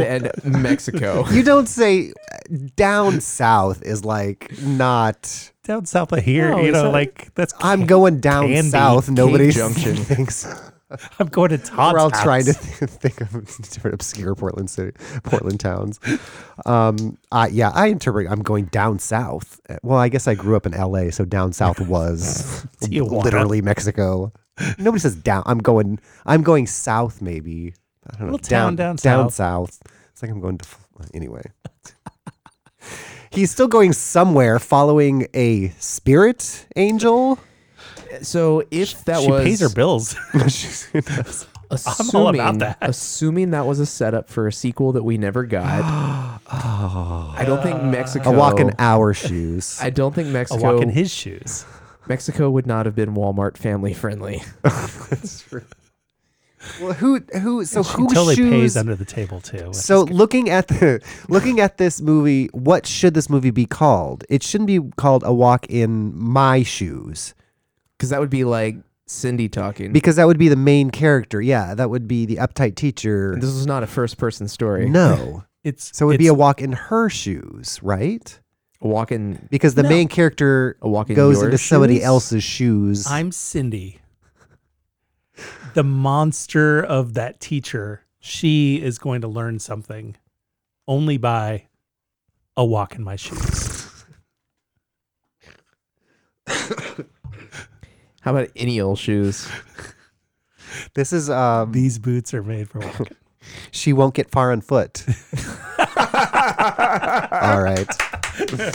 Speaker 6: and Mexico.
Speaker 1: You don't say uh, down south is like not.
Speaker 7: down south of here,
Speaker 6: No,
Speaker 7: you
Speaker 6: it's
Speaker 7: know,
Speaker 6: not-
Speaker 7: like that's
Speaker 1: I'm going down
Speaker 7: Candy,
Speaker 1: south. Nobody
Speaker 6: Junction.
Speaker 1: thinks.
Speaker 7: I'm going to Todd's
Speaker 1: We're all
Speaker 7: house.
Speaker 1: trying to th- think of different obscure Portland city, Portland towns. Um, uh, yeah, I interpret. I'm going down south. Uh, Well, I guess I grew up in L.A., so down south was
Speaker 7: Tijuana.
Speaker 1: literally Mexico. Nobody says down. I'm going. I'm going south. Maybe I don't know.
Speaker 7: Little town down
Speaker 1: down south. It's like I'm going to F- anyway. He's still going somewhere, following a spirit angel.
Speaker 6: So if that
Speaker 7: she
Speaker 6: was
Speaker 7: pays her bills.
Speaker 6: assuming,
Speaker 7: all about that.
Speaker 6: assuming that was a setup for a sequel that we never got. I don't think Mexico.
Speaker 1: A walk in our shoes.
Speaker 6: I don't think
Speaker 7: I
Speaker 6: Mexico.
Speaker 7: walk in his shoes.
Speaker 6: Mexico would not have been Walmart family friendly.
Speaker 1: Well, who who? So
Speaker 7: She
Speaker 1: who
Speaker 7: totally
Speaker 1: shoes?
Speaker 7: pays under the table too.
Speaker 1: So looking at the looking at this movie, what should this movie be called? It shouldn't be called A Walk in My Shoes
Speaker 6: Because that would be like Cindy talking.
Speaker 1: because that would be the main character. Yeah, that would be the uptight teacher.
Speaker 6: this was not a first person story.
Speaker 1: No.
Speaker 7: it's
Speaker 1: So it would be a
Speaker 7: it's-
Speaker 1: walk in her shoes, right?
Speaker 6: Walking.
Speaker 1: Because the main character
Speaker 6: A walk in
Speaker 1: goes
Speaker 6: your
Speaker 1: into somebody
Speaker 6: shoes?
Speaker 1: else's shoes.
Speaker 7: I'm Cindy, the monster of that teacher. She is going to learn something only by a walk in my shoes.
Speaker 6: How about any old shoes?
Speaker 1: this is um,
Speaker 7: These boots are made for walking.
Speaker 1: she won't get far on foot. All right.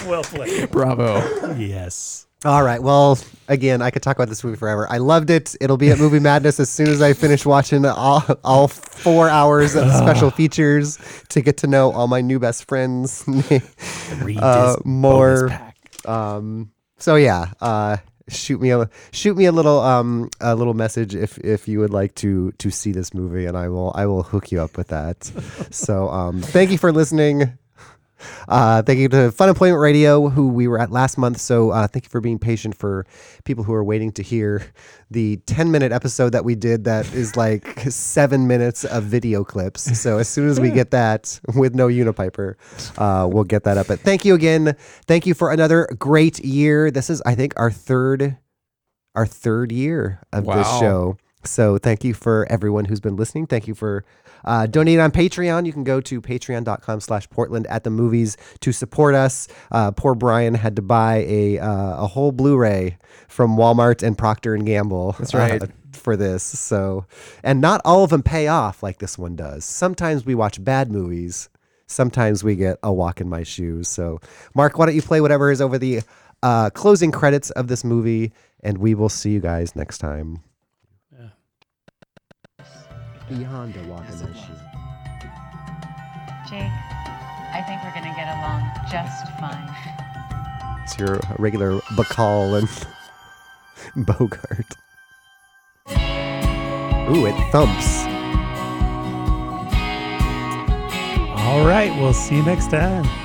Speaker 7: well played.
Speaker 6: Bravo.
Speaker 7: Yes.
Speaker 1: All right. Well, again, I could talk about this movie forever. I loved it. It'll be at Movie Madness as soon as I finish watching all, all four hours of special features to get to know all my new best friends
Speaker 7: Read
Speaker 1: uh,
Speaker 7: this bonus
Speaker 1: more.
Speaker 7: pack.
Speaker 1: Um, so yeah, uh, shoot me a shoot me a little um, a little message if if you would like to to see this movie, and I will I will hook you up with that. so um, thank you for listening. Uh, thank you to Fun Employment Radio, who we were at last month. So uh, thank you for being patient for people who are waiting to hear the 10 minute episode that we did that is like seven minutes of video clips. So as soon as we get that with no Unipiper, uh, we'll get that up. But thank you again. Thank you for another great year. This is, I think, our third our third year of this
Speaker 6: Wow.
Speaker 1: show. So thank you for everyone who's been listening. Thank you for uh, donating on Patreon. You can go to patreon.com slash Portland at the movies to support us. Uh, poor Brian had to buy a, uh, a whole Blu-ray from Walmart and Procter and Gamble. That's
Speaker 6: right.
Speaker 1: for this. So, and not all of them pay off like this one does. Sometimes we watch bad movies. Sometimes we get a walk in my shoes. So, Mark, why don't you play whatever is over the uh, closing credits of this movie, and we will see you guys next time. Beyond a walk in my shoes.
Speaker 8: Jake, I think we're gonna get along just fine.
Speaker 1: It's your regular Bacall and Bogart. Ooh, it thumps.
Speaker 7: All right. We'll see you next time.